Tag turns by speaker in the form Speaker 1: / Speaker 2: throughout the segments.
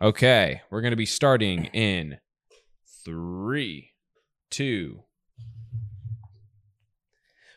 Speaker 1: Okay, we're going to be starting in three, two.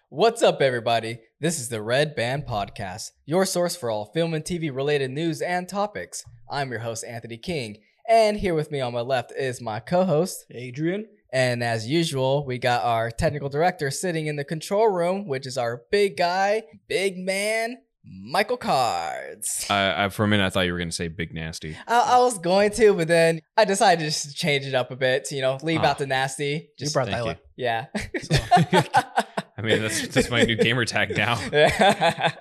Speaker 2: What's up, everybody? This is the Red Band Podcast, your source for all film and TV related news and topics. I'm your host, Anthony King, and here with me on my left is my co host, Adrian. And as usual, we got our technical director sitting in the control room, which is our big guy, big man, Michael Cards.
Speaker 1: I, I for a minute I thought you were going to say big nasty.
Speaker 2: I, I was going to, but then I decided to just change it up a bit, you know, leave
Speaker 1: Ah.
Speaker 2: out the nasty.
Speaker 3: You
Speaker 2: Just
Speaker 3: brought
Speaker 1: thank
Speaker 3: that
Speaker 1: you.
Speaker 3: up.
Speaker 2: Yeah.
Speaker 1: I mean, that's that's my new gamer tag now.
Speaker 2: Yeah.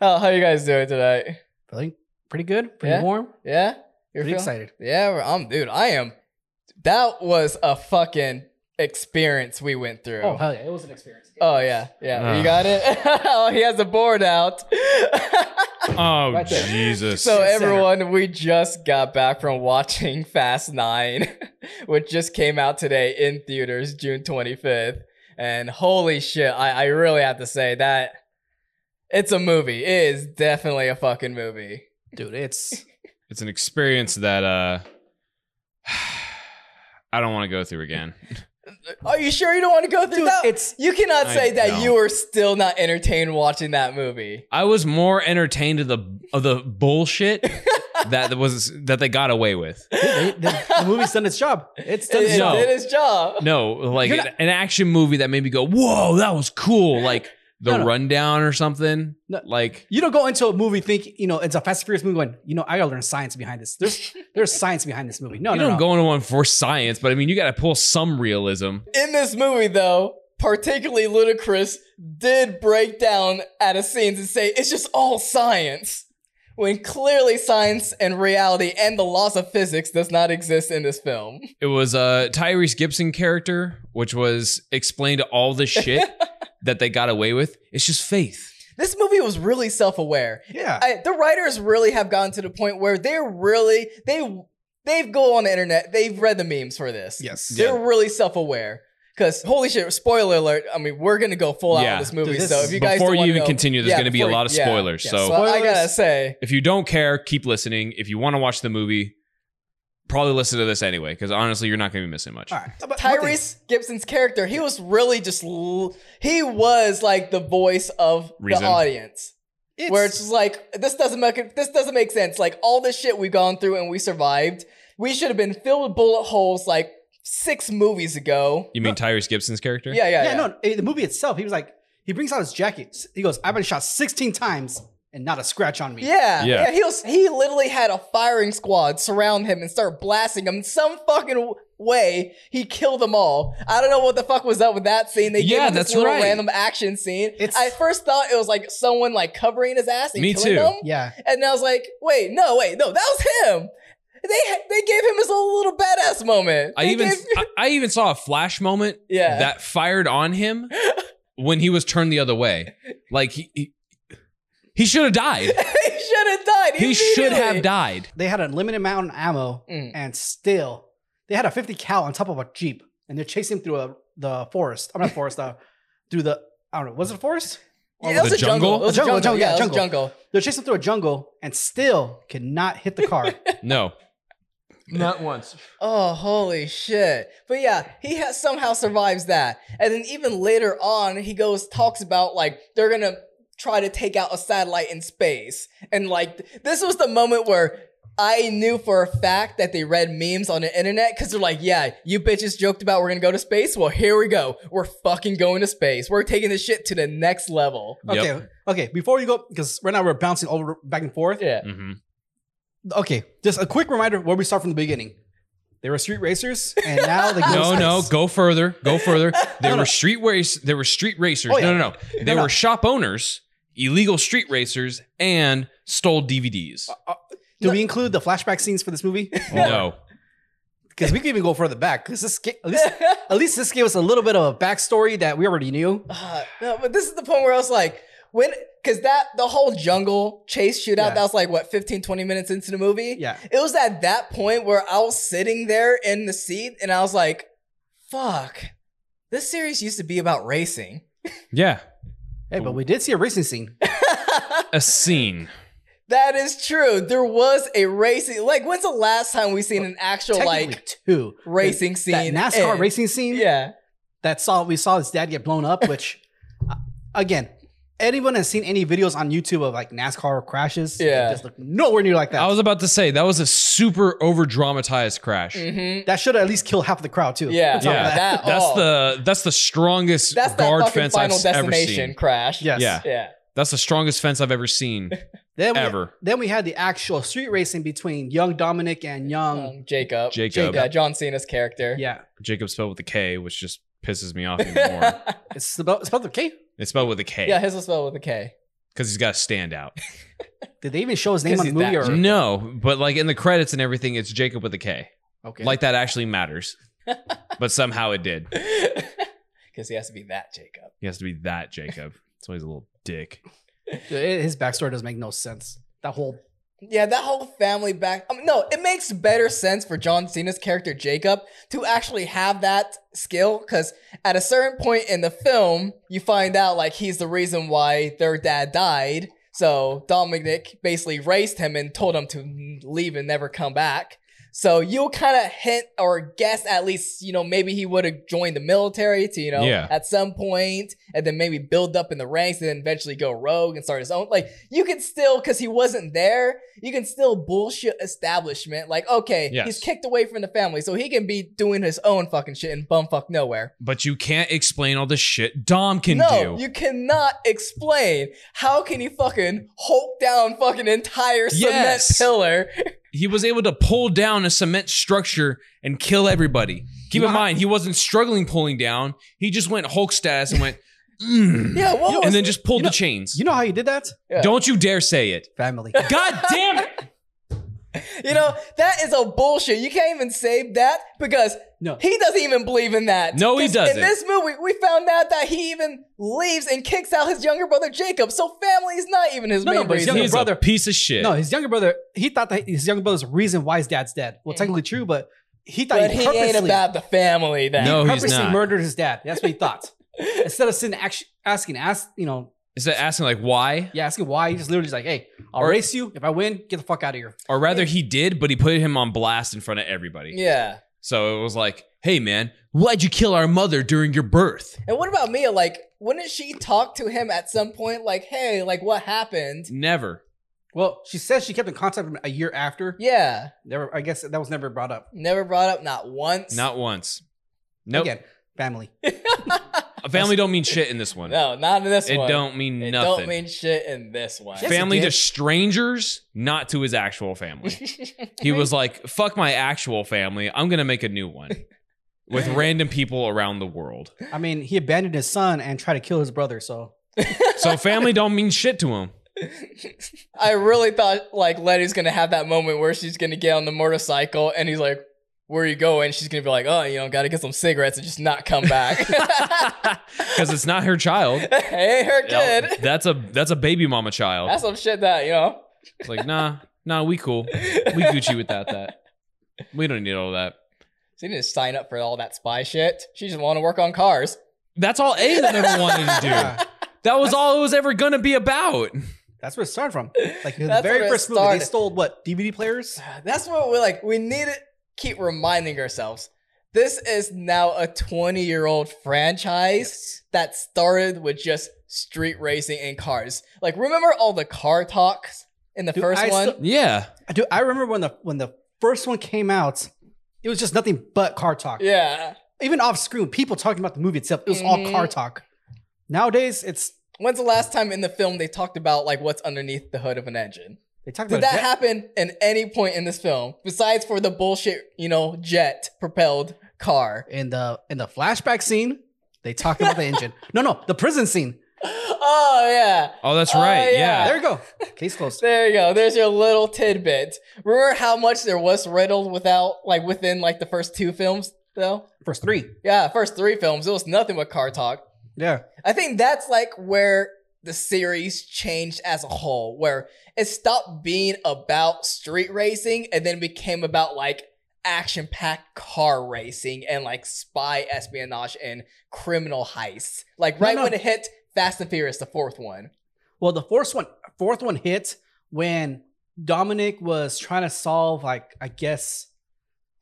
Speaker 2: oh, how you guys doing tonight?
Speaker 3: Feeling pretty good, pretty
Speaker 2: Yeah?
Speaker 3: warm,
Speaker 2: Yeah, you're
Speaker 3: pretty
Speaker 2: feeling-
Speaker 3: excited.
Speaker 2: Yeah, we're- I'm dude. I am. That was a fucking experience we went through.
Speaker 3: Oh hell yeah, it was an experience.
Speaker 2: Oh, yeah, yeah.
Speaker 1: Ah.
Speaker 2: you got it. oh, he has a board out.
Speaker 1: Oh
Speaker 3: Right there.
Speaker 1: Jesus!
Speaker 2: so
Speaker 3: Center.
Speaker 2: everyone, we just got back from watching Fast Nine, which just came out today in theaters, June 25th. And holy shit, I, I really have to say that it's a movie. It is definitely a fucking movie.
Speaker 3: dude, it's
Speaker 1: it's an experience that uh, I don't want to go through again.
Speaker 2: Are you sure you don't want to go through
Speaker 3: dude,
Speaker 2: that?
Speaker 3: it's
Speaker 2: You cannot
Speaker 1: I
Speaker 2: say that
Speaker 1: know.
Speaker 2: you were still not entertained watching that movie.
Speaker 1: I was more entertained of the of the bullshit that was that they got away with.
Speaker 3: dude, they- the, the movie's done its job. It's done
Speaker 2: It,
Speaker 3: its
Speaker 2: it
Speaker 1: No.
Speaker 3: job.
Speaker 2: did its job.
Speaker 1: No, like
Speaker 3: You're
Speaker 1: an, an action movie that made me go, "Whoa, that was cool!" Like the
Speaker 3: No, no.
Speaker 1: rundown or something.
Speaker 3: No.
Speaker 1: Like
Speaker 3: You don't go into a movie think you know it's a Fast and Furious movie going you know I gotta learn science behind this. There's there's science behind this movie. No,
Speaker 1: you
Speaker 3: no,
Speaker 1: don't
Speaker 3: no.
Speaker 1: go into one for science, but I mean, you got to pull some realism.
Speaker 2: In this movie, though, particularly Ludacris did break down at a scenes and say it's just all science. When clearly science and reality and the laws of physics does not exist in this film.
Speaker 1: It was a Tyrese Gibson character, which was explained all the shit that they got away with. It's just faith.
Speaker 2: This movie was really self-aware.
Speaker 3: Yeah,
Speaker 2: I, the writers really have gotten to the point where they're really they they've go on the internet. They've read the memes for this.
Speaker 3: yes.
Speaker 1: Yeah.
Speaker 2: They're really self aware. Because holy shit, spoiler alert! I mean, we're gonna go full out
Speaker 1: Yeah.
Speaker 2: on this movie.
Speaker 3: Dude, this
Speaker 2: so
Speaker 3: is-
Speaker 2: if you guys
Speaker 1: Before
Speaker 2: don't
Speaker 1: you
Speaker 2: wanna
Speaker 1: even
Speaker 2: know-
Speaker 1: continue, there's
Speaker 2: Yeah,
Speaker 1: going to be a
Speaker 2: before-
Speaker 1: lot of
Speaker 2: yeah,
Speaker 1: spoilers.
Speaker 3: yeah.
Speaker 1: so
Speaker 2: So I gotta
Speaker 3: Spoilers.
Speaker 2: say,
Speaker 1: if you don't care, keep listening. If you want to watch the movie, probably listen to this anyway, because honestly, you're not going to be missing much.
Speaker 3: All right. But one thing-
Speaker 2: Tyrese Gibson's character, he was really just l- he was like the voice of
Speaker 1: Reason.
Speaker 2: the audience. where it's just like this doesn't make this doesn't make sense. Like all this shit we've gone through and we survived. We should have been filled with bullet holes like six movies ago.
Speaker 1: You mean Tyrese Gibson's character?
Speaker 2: Yeah, yeah,
Speaker 3: yeah,
Speaker 2: yeah.
Speaker 3: no, eh, the movie itself. He was like he brings out his jacket. He goes I've been shot 16 times and not a scratch on me.
Speaker 1: Yeah.
Speaker 2: Yeah, yeah. He was he literally had a firing squad surround him and start blasting him. Some fucking w- way he killed them all. I don't know what the fuck was up with that scene. They
Speaker 1: Yeah,
Speaker 2: gave him this
Speaker 1: that's
Speaker 2: little
Speaker 1: right.
Speaker 2: random action scene.
Speaker 3: It's-
Speaker 2: I first thought it was like someone like covering his ass and
Speaker 1: Me
Speaker 2: killing
Speaker 1: too.
Speaker 2: him.
Speaker 3: yeah.
Speaker 2: And I was like, wait, no, wait, no, that was him. They they gave him his little little badass moment.
Speaker 1: I
Speaker 2: They
Speaker 1: even
Speaker 2: gave-
Speaker 1: I, I even saw a flash moment
Speaker 2: yeah.
Speaker 1: that fired on him when he was turned the other way. Like he he, he should have died.
Speaker 2: he should have died.
Speaker 1: He should
Speaker 2: immediately.
Speaker 1: have died.
Speaker 3: They had a limited amount of ammo
Speaker 2: Mm.
Speaker 3: and still they had a 50 cal on top of a jeep and they're chasing through a, the forest i'm not forest uh, through the i don't know was it forest
Speaker 2: Yeah, it was
Speaker 1: The
Speaker 2: a jungle.
Speaker 1: jungle?
Speaker 2: It was a
Speaker 3: Jungle,
Speaker 2: jungle.
Speaker 3: jungle,
Speaker 2: yeah,
Speaker 3: yeah,
Speaker 2: it was a
Speaker 3: jungle.
Speaker 2: jungle.
Speaker 3: they're chasing through a jungle and still cannot hit the car
Speaker 1: No. Not once.
Speaker 2: Oh, holy shit. But yeah, he has somehow survives that. And then even later on, he goes talks about like they're gonna try to take out a satellite in space. And like th- this was the moment where I knew for a fact that they read memes on the internet because they're like, yeah, you bitches joked about we're gonna go to space. Well, here we go. We're fucking going to space. We're taking this shit to the next level.
Speaker 1: Yep.
Speaker 3: okay okay before you go because right now we're bouncing over back and forth
Speaker 2: Yeah.
Speaker 1: hmm
Speaker 3: okay just a quick reminder where we start from the beginning they were street racers and now they go to
Speaker 1: No, no,
Speaker 3: space.
Speaker 1: go further. Go further. There
Speaker 3: No, no.
Speaker 1: were street race there were street racers.
Speaker 3: Oh,
Speaker 1: No,
Speaker 3: yeah.
Speaker 1: no, no. They
Speaker 3: No, no.
Speaker 1: were shop owners, illegal street racers, and stole DVDs.
Speaker 2: Uh,
Speaker 3: do we include the flashback scenes for this movie
Speaker 1: No.
Speaker 3: because we could even go further back because this ga- at least, at least this gave us a little bit of a backstory that we already knew
Speaker 2: Uh, no, but this is the point where I was like, when, because that, the whole jungle chase shootout,
Speaker 3: Yeah.
Speaker 2: that was like, what, 15, 20 minutes into the movie?
Speaker 3: yeah
Speaker 2: It was at that point where I was sitting there in the seat and I was like, fuck, this series used to be about racing.
Speaker 1: Yeah.
Speaker 3: Hey, but we did see a racing scene.
Speaker 1: A scene.
Speaker 2: That is true. There was a racing. Like, when's the last time we seen an actual
Speaker 3: Technically
Speaker 2: like
Speaker 3: two
Speaker 2: racing scene?
Speaker 3: That NASCAR
Speaker 2: in-
Speaker 3: racing scene.
Speaker 2: Yeah,
Speaker 3: that saw we saw his dad get blown up. Which, uh, again, anyone has seen any videos on YouTube of like NASCAR crashes? they
Speaker 2: Yeah.
Speaker 3: just look nowhere near like that.
Speaker 1: I was about to say that was a super over dramatized crash.
Speaker 2: hmm
Speaker 3: that should at least kill half the crowd too.
Speaker 2: yeah,
Speaker 3: Let's talk
Speaker 1: Yeah.
Speaker 3: about that.
Speaker 2: That
Speaker 1: That's
Speaker 2: all.
Speaker 1: the that's the strongest
Speaker 2: Oh. that's that
Speaker 1: guard
Speaker 2: fucking
Speaker 1: fence I've
Speaker 2: final
Speaker 1: s- ever
Speaker 2: destination
Speaker 1: seen.
Speaker 2: crash.
Speaker 3: Yes.
Speaker 1: Yeah.
Speaker 2: yeah.
Speaker 1: That's the strongest fence I've ever seen
Speaker 3: Then we,
Speaker 1: ever.
Speaker 3: Then we had the actual street racing between young Dominic and young.
Speaker 2: Um, Jacob.
Speaker 1: Jacob.
Speaker 2: Yeah, John Cena's character.
Speaker 3: yeah,
Speaker 1: Jacob spelled with a K, which just pisses me off even more.
Speaker 3: it's about it's about the K.
Speaker 1: it's spelled with a K
Speaker 2: yeah, his was spelled with a K.
Speaker 1: because he's got to stand out.
Speaker 3: Did they even show his name
Speaker 2: 'Cause
Speaker 3: on the
Speaker 2: he's
Speaker 3: movie?
Speaker 2: that
Speaker 3: Or,
Speaker 1: No, but like in the credits and everything, it's Jacob with a K.
Speaker 3: okay,
Speaker 1: Like that actually matters, but somehow it did.
Speaker 2: Because he has to be that Jacob.
Speaker 1: He has to be that Jacob. So he's a little dick.
Speaker 3: his backstory doesn't make no sense. That whole
Speaker 2: Yeah, that whole family back. I mean, no, it makes better sense for John Cena's character Jacob to actually have that skill because at a certain point in the film, you find out like he's the reason why their dad died. So Dominic basically raised him and told him to leave and never come back. So you'll kind of hint or guess at least, you know, maybe he would have joined the military to, you know,
Speaker 1: Yeah.
Speaker 2: at some point and then maybe build up in the ranks and then eventually go rogue and start his own. Like you can still, because he wasn't there, you can still bullshit establishment. Like, okay,
Speaker 1: Yes.
Speaker 2: he's kicked away from the family, so he can be doing his own fucking shit in bumfuck nowhere.
Speaker 1: But you can't explain all the shit Dom can
Speaker 2: no,
Speaker 1: do.
Speaker 2: you cannot explain how can he fucking hulk down fucking entire cement
Speaker 1: Yes.
Speaker 2: pillar.
Speaker 1: he was able to pull down a cement structure and kill everybody. Keep in
Speaker 3: Wow.
Speaker 1: mind, he wasn't struggling pulling down. He just went Hulk status and went, "Mm,"
Speaker 2: Yeah, what was
Speaker 1: and then just pulled
Speaker 3: you know-
Speaker 1: the chains.
Speaker 3: you know how you did that?
Speaker 2: Yeah.
Speaker 1: Don't you dare say it.
Speaker 3: Family.
Speaker 1: God damn it.
Speaker 2: you know that is a bullshit. You can't even save that because
Speaker 3: No,
Speaker 2: He doesn't even believe in that.
Speaker 1: No, he
Speaker 2: 'Cause
Speaker 1: doesn't.
Speaker 2: In this movie, we found out that he even leaves and kicks out his younger brother Jacob. So family is not even his
Speaker 3: No, no,
Speaker 2: main
Speaker 3: but his
Speaker 2: reason.
Speaker 3: younger
Speaker 1: He's
Speaker 3: brother-
Speaker 1: a piece of shit.
Speaker 3: no. His younger brother. He thought that his younger brother's reason why his dad's dead. Well,
Speaker 2: Mhm.
Speaker 3: technically true, but he thought
Speaker 2: but
Speaker 3: he
Speaker 2: he
Speaker 3: purposely
Speaker 2: ain't about the family. Then
Speaker 1: No, Oh, he's
Speaker 3: purposely
Speaker 1: not.
Speaker 3: murdered his dad. That's what he thought. Instead of sitting act- asking, ask you know,
Speaker 1: Instead of asking like why,
Speaker 3: yeah, asking why, he just literally just like, hey, I'll
Speaker 1: Or-
Speaker 3: race you. If I win, get the fuck out of here.
Speaker 1: or rather he did, but he put him on blast in front of everybody.
Speaker 2: yeah.
Speaker 1: So it was like, hey man, why'd you kill our mother during your birth?
Speaker 2: And what about Mia? Like, wouldn't she talk to him at some point? Like, hey, like what happened?
Speaker 1: Never.
Speaker 3: Well, she says she kept in contact with him a year after.
Speaker 2: Yeah,
Speaker 3: Never, I guess that was never brought up.
Speaker 2: never brought up, not once.
Speaker 1: Not once. Nope.
Speaker 3: Again, family.
Speaker 1: A family don't mean shit in this one.
Speaker 2: no, not in this
Speaker 1: it
Speaker 2: one.
Speaker 1: don't mean
Speaker 2: It
Speaker 1: nothing.
Speaker 2: don't mean shit in this one.
Speaker 3: Yes, it
Speaker 1: family
Speaker 3: did.
Speaker 1: to strangers, not to his actual family. he was like, fuck my actual family. I'm going to make a new one with random people around the world.
Speaker 3: I mean, he abandoned his son and tried to kill his brother. So
Speaker 1: So family don't mean shit to him.
Speaker 2: I really thought like Letty's gonna have that moment where she's gonna get on the motorcycle and he's like, "Where you going?" She's gonna be like, "Oh, you know, gotta get some cigarettes and just not come back."
Speaker 1: Because it's not her child.
Speaker 2: hey, her kid.
Speaker 1: Yep, That's a that's a baby mama child.
Speaker 2: That's some shit that you know.
Speaker 1: It's like, nah, nah, we cool. We Gucci without that. We don't need all that.
Speaker 2: She didn't sign up for all that spy shit. She just want to work on cars.
Speaker 1: That's all Aiden ever wanted to do.
Speaker 3: yeah,
Speaker 1: That was all it was ever gonna be about.
Speaker 3: that's where it started from. Like the
Speaker 2: That's
Speaker 3: very
Speaker 2: where it
Speaker 3: first movie,
Speaker 2: started.
Speaker 3: they stole what DVD players?
Speaker 2: That's what we're like. We need to keep reminding ourselves. This is now a 20 year old franchise that started with just street racing and cars. Like, remember all the car talks in the
Speaker 3: Dude,
Speaker 2: first
Speaker 3: I
Speaker 2: one?
Speaker 3: still-
Speaker 1: Yeah.
Speaker 3: I do. I remember when the when the first one came out, it was just nothing but car talk.
Speaker 2: yeah.
Speaker 3: Even off screen, people talking about the movie itself, it was
Speaker 2: Mhm.
Speaker 3: all car talk. Nowadays, it's
Speaker 2: When's the last time in the film they talked about like what's underneath the hood of an engine?
Speaker 3: they talk about
Speaker 2: Did that
Speaker 3: jet-
Speaker 2: happen in any point in this film besides for the bullshit, you know, jet propelled car?
Speaker 3: in the in the flashback scene. They talked about the engine. No, no, the prison scene.
Speaker 2: Oh yeah.
Speaker 1: Oh, that's
Speaker 2: Oh,
Speaker 1: right.
Speaker 2: yeah.
Speaker 1: Yeah.
Speaker 3: There you go. Case closed.
Speaker 2: There you go. There's your little tidbit. Remember how much there was riddled without, like, within like the first two films, though.
Speaker 3: First three.
Speaker 2: Yeah, first three films, it was nothing but car talk.
Speaker 3: Yeah.
Speaker 2: I think that's like where the series changed as a whole, where it stopped being about street racing and then became about like action-packed car racing and like spy espionage and criminal heists. Like
Speaker 3: No,
Speaker 2: right
Speaker 3: no.
Speaker 2: when it hit Fast and Furious, the fourth one.
Speaker 3: Well, the fourth one, fourth one hit when Dominic was trying to solve, like, I guess,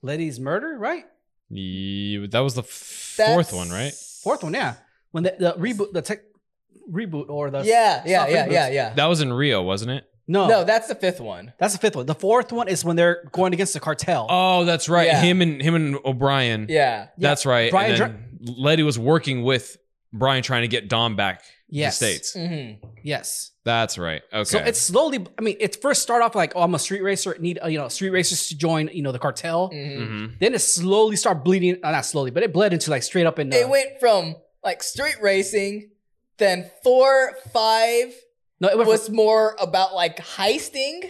Speaker 3: Letty's murder, right?
Speaker 1: Ye- that was the f- fourth
Speaker 2: That's-
Speaker 1: one, right?
Speaker 3: Fourth one, yeah. When the, the reboot, the tech reboot or the
Speaker 2: Yeah, yeah,
Speaker 3: Stop
Speaker 2: yeah,
Speaker 3: reboots.
Speaker 2: yeah, yeah.
Speaker 1: That was in Rio, wasn't it?
Speaker 3: no,
Speaker 2: No, that's the fifth one.
Speaker 3: that's the fifth one. The fourth one is when they're going against the cartel.
Speaker 1: Oh, that's right.
Speaker 2: Yeah.
Speaker 1: Him and him and O'Brien.
Speaker 2: Yeah.
Speaker 1: That's right.
Speaker 3: Brian
Speaker 1: and then Letty was working with Brian trying to get Dom back
Speaker 3: yes,
Speaker 1: to the states.
Speaker 2: hmm
Speaker 3: Yes.
Speaker 1: That's right. Okay.
Speaker 3: So it's slowly. I mean, it first start off like, oh, I'm a street racer. Need uh, you know street racers to join you know the cartel.
Speaker 2: hmm
Speaker 1: hmm
Speaker 3: Then it slowly start bleeding. Uh, not slowly, but it bled into like straight up in. Uh,
Speaker 2: It went from like street racing, then four, five
Speaker 3: no, it went
Speaker 2: was more about like heisting.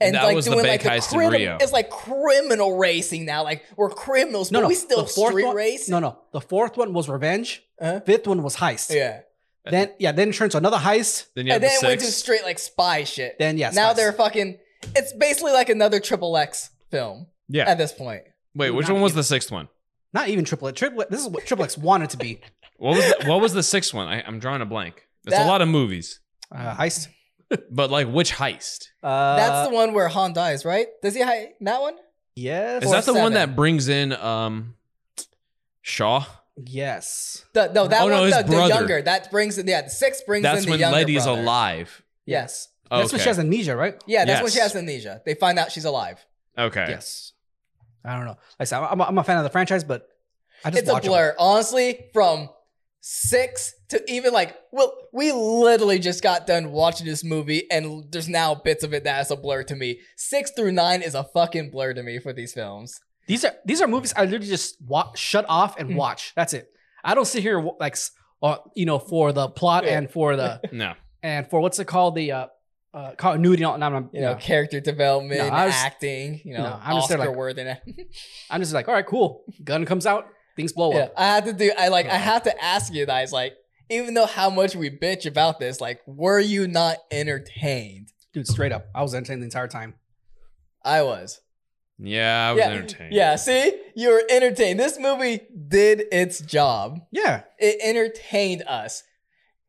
Speaker 2: And
Speaker 1: That
Speaker 2: like
Speaker 1: was the
Speaker 2: doing
Speaker 1: bank
Speaker 2: like the
Speaker 1: heist in
Speaker 2: criminal,
Speaker 1: Rio.
Speaker 2: it's like criminal racing now. Like we're criminals,
Speaker 3: No,
Speaker 2: but
Speaker 3: no,
Speaker 2: we still
Speaker 3: the fourth
Speaker 2: street
Speaker 3: one-
Speaker 2: race.
Speaker 3: from, no, no. The fourth one was revenge.
Speaker 2: Huh?
Speaker 3: Fifth one was heist.
Speaker 2: Uh-huh. Yeah.
Speaker 3: Then yeah, then it turns to another heist.
Speaker 1: Then you have
Speaker 2: and
Speaker 1: the
Speaker 2: then it went to
Speaker 1: six.
Speaker 2: straight like spy shit.
Speaker 3: Then yes.
Speaker 2: now
Speaker 3: heist.
Speaker 2: they're fucking. It's basically like another triple X film
Speaker 1: yeah.
Speaker 2: at this point.
Speaker 1: Wait, which
Speaker 3: Not
Speaker 1: one was
Speaker 3: even-
Speaker 1: the sixth one?
Speaker 3: not even triplet. Triplet. This is what triplets wanted to be.
Speaker 1: What was the, what was the sixth one? I, I'm drawing a blank. That's a
Speaker 2: That-
Speaker 1: lot of movies,
Speaker 3: Uh, heist.
Speaker 1: but like which heist?
Speaker 3: Uh,
Speaker 2: That's the one where Han dies, right? Does he hide that one?
Speaker 3: yes.
Speaker 1: Is
Speaker 2: Or
Speaker 1: that the one
Speaker 2: seven.
Speaker 1: that brings in um Shaw?
Speaker 3: yes.
Speaker 2: The, no, that
Speaker 1: Oh,
Speaker 2: one.
Speaker 1: no, his
Speaker 2: the, the
Speaker 1: brother.
Speaker 2: younger. That brings in. Yeah, the six brings
Speaker 1: That's
Speaker 2: in the
Speaker 1: when
Speaker 2: younger
Speaker 1: Letty's
Speaker 2: brother.
Speaker 1: alive.
Speaker 2: Yes.
Speaker 3: That's when
Speaker 1: Oh, Okay.
Speaker 3: she has amnesia, right?
Speaker 2: Yeah, that's when
Speaker 1: Yes.
Speaker 2: she has amnesia. They find out she's alive.
Speaker 1: Okay.
Speaker 3: Yes. I don't know. Like I said, I'm, a- I'm a fan of the franchise, but I just
Speaker 2: It's a
Speaker 3: watch 'em.
Speaker 2: blur, honestly. From six to even like, well, we literally just got done watching this movie, and there's now bits of it that is a blur to me. Six through nine is a fucking blur to me for these films.
Speaker 3: These are these are movies I literally just watch, shut off and
Speaker 2: Mhm.
Speaker 3: watch. That's it. I don't sit here wa- like, s- uh, you know, for the plot
Speaker 2: Yeah.
Speaker 3: and for the
Speaker 1: No.
Speaker 3: and for what's it called the uh, uh continuity. No, no, no,
Speaker 2: you know, character development,
Speaker 3: No, I was-
Speaker 2: acting, you know,
Speaker 3: No, I'm just
Speaker 2: Oscar
Speaker 3: saying, like-
Speaker 2: worthy.
Speaker 3: I'm just like, all right, cool. Gun comes out, things
Speaker 1: Oh,
Speaker 3: blow
Speaker 2: yeah,
Speaker 3: up.
Speaker 2: I had to do. I like. I
Speaker 3: Yeah.
Speaker 2: have to ask you guys, like, even though how much we bitch about this, like, were you not entertained?
Speaker 3: Dude, straight up, I was entertained the entire time.
Speaker 2: I was.
Speaker 1: Yeah, I was
Speaker 2: yeah,
Speaker 1: entertained.
Speaker 2: Yeah. See, you were entertained. This movie did its job.
Speaker 3: Yeah,
Speaker 2: It entertained us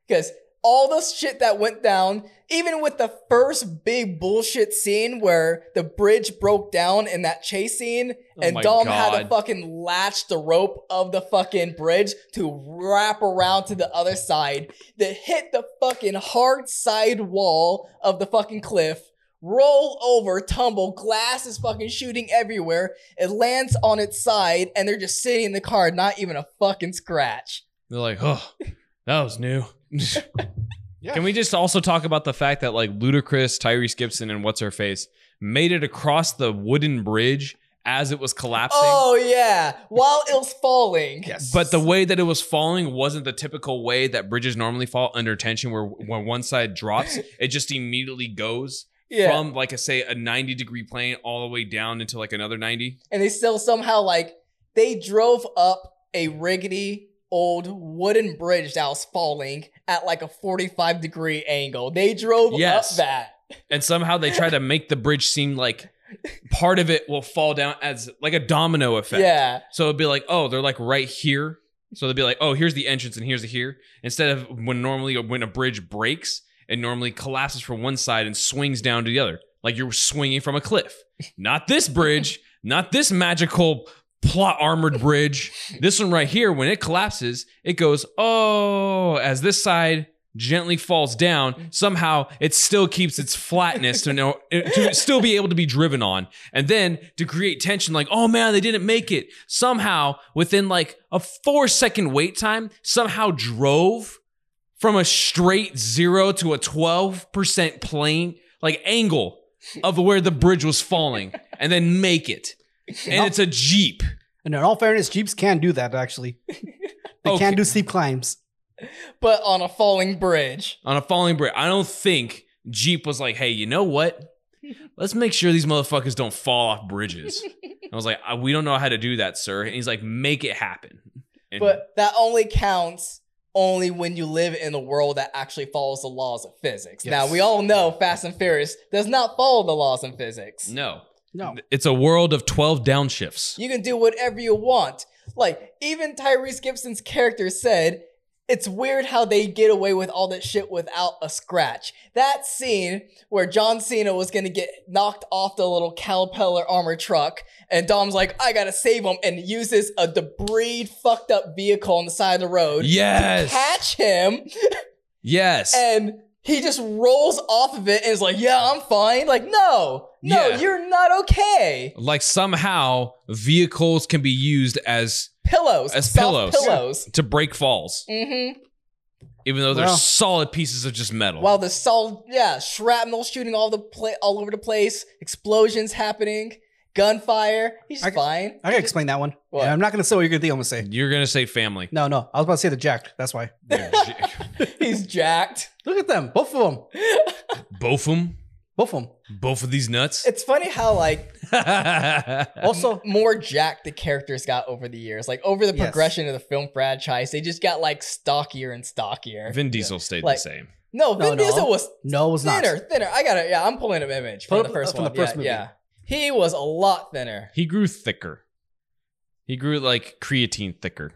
Speaker 2: because all the shit that went down, even with the first big bullshit scene where the bridge broke down in that chase scene,
Speaker 1: Oh
Speaker 2: and
Speaker 1: my
Speaker 2: Dom had to
Speaker 1: God.
Speaker 2: fucking latch the rope of the fucking bridge to wrap around to the other side, that hit the fucking hard side wall of the fucking cliff, roll over, tumble, glass is fucking shooting everywhere, it lands on its side, and they're just sitting in the car, not even a fucking scratch.
Speaker 1: They're like, oh, that was new.
Speaker 3: Yeah.
Speaker 1: Can we just also talk about the fact that like Ludacris, Tyrese Gibson, and what's her face made it across the wooden bridge as it was collapsing?
Speaker 2: Oh yeah, while it was falling.
Speaker 3: yes.
Speaker 1: But the way that it was falling wasn't the typical way that bridges normally fall under tension, where when one side drops, it just immediately goes
Speaker 2: Yeah.
Speaker 1: from like a say a ninety degree plane all the way down into like another ninety.
Speaker 2: and they still somehow like they drove up a rickety old wooden bridge that was falling at like a 45 degree angle. They drove
Speaker 1: Yes.
Speaker 2: up that.
Speaker 1: and somehow they try to make the bridge seem like part of it will fall down as like a domino effect.
Speaker 2: Yeah.
Speaker 1: So it'd be like, oh, they're like right here. So they'd be like, oh, here's the entrance and here's the here. Instead of when normally when a bridge breaks, it normally collapses from one side and swings down to the other, like you're swinging from a cliff. Not this bridge. not this magical plot armored bridge. This one right here, when it collapses, it goes oh as this side gently falls down. Somehow, it still keeps its flatness to know to still be able to be driven on, and then to create tension. Like oh man, they didn't make it. Somehow, within like a four second wait time, somehow drove from a straight zero to a 12% plane, like angle of where the bridge was falling, and then make it. And it's a Jeep.
Speaker 3: and in all fairness, jeeps can do that actually. They
Speaker 1: Okay.
Speaker 3: can do steep climbs.
Speaker 2: But on a falling bridge.
Speaker 1: on a falling bridge. I don't think Jeep was like, hey, you know what? Let's make sure these motherfuckers don't fall off bridges. I was like, "I- we don't know how to do that, sir. And he's like, make it happen. And
Speaker 2: But that only counts only when you live in a world that actually follows the laws of physics. Now,
Speaker 3: Yes.
Speaker 2: we all know Fast and Furious does not follow the laws of physics.
Speaker 1: no,
Speaker 3: No,
Speaker 1: it's a world of 12 downshifts.
Speaker 2: You can do whatever you want. Like, even Tyrese Gibson's character said, it's weird how they get away with all that shit without a scratch. That scene where John Cena was gonna get knocked off the little Calipeller armor truck, and Dom's like, I gotta save him, and uses a debris fucked up vehicle on the side of the road
Speaker 1: Yes.
Speaker 2: catch him,
Speaker 1: yes.
Speaker 2: and he just rolls off of it and is like, Yeah, I'm fine. Like, no, no,
Speaker 1: Yeah.
Speaker 2: you're not okay.
Speaker 1: like somehow vehicles can be used as
Speaker 2: Pillows,
Speaker 1: As
Speaker 2: soft
Speaker 1: pillows.
Speaker 2: pillows.
Speaker 1: to break falls,
Speaker 2: Mm-hmm.
Speaker 1: even though they're
Speaker 3: Well.
Speaker 1: solid pieces of just metal.
Speaker 2: While the salt, yeah, shrapnel shooting all the pla- all over the place, explosions happening, gunfire. He's
Speaker 3: I-
Speaker 2: fine.
Speaker 3: I gotta explain that one.
Speaker 2: What?
Speaker 3: Yeah, I'm not gonna say what you're gonna think I'm gonna say.
Speaker 1: You're gonna say family.
Speaker 3: No, no. I was about to say the Jack. That's why.
Speaker 2: He's jacked.
Speaker 3: Look at them. Both of them.
Speaker 1: both of them,
Speaker 3: Both of them.
Speaker 1: both of these nuts.
Speaker 2: It's funny how like
Speaker 3: Also,
Speaker 2: more jacked the characters got over the years. Like over the
Speaker 3: Yes.
Speaker 2: progression of the film franchise, they just got like stockier and stockier.
Speaker 1: Vin Diesel stayed
Speaker 2: Like-
Speaker 1: the same.
Speaker 2: no,
Speaker 3: No,
Speaker 2: Vin
Speaker 3: no.
Speaker 2: Diesel was
Speaker 3: no, it was not.
Speaker 2: thinner, thinner. I got it. Yeah, I'm pulling up image from
Speaker 3: Pull
Speaker 2: the
Speaker 3: up-
Speaker 2: first
Speaker 3: from the
Speaker 2: one.
Speaker 3: first
Speaker 2: yeah,
Speaker 3: movie.
Speaker 2: yeah. he was a lot thinner.
Speaker 1: He grew thicker. He grew like creatine thicker.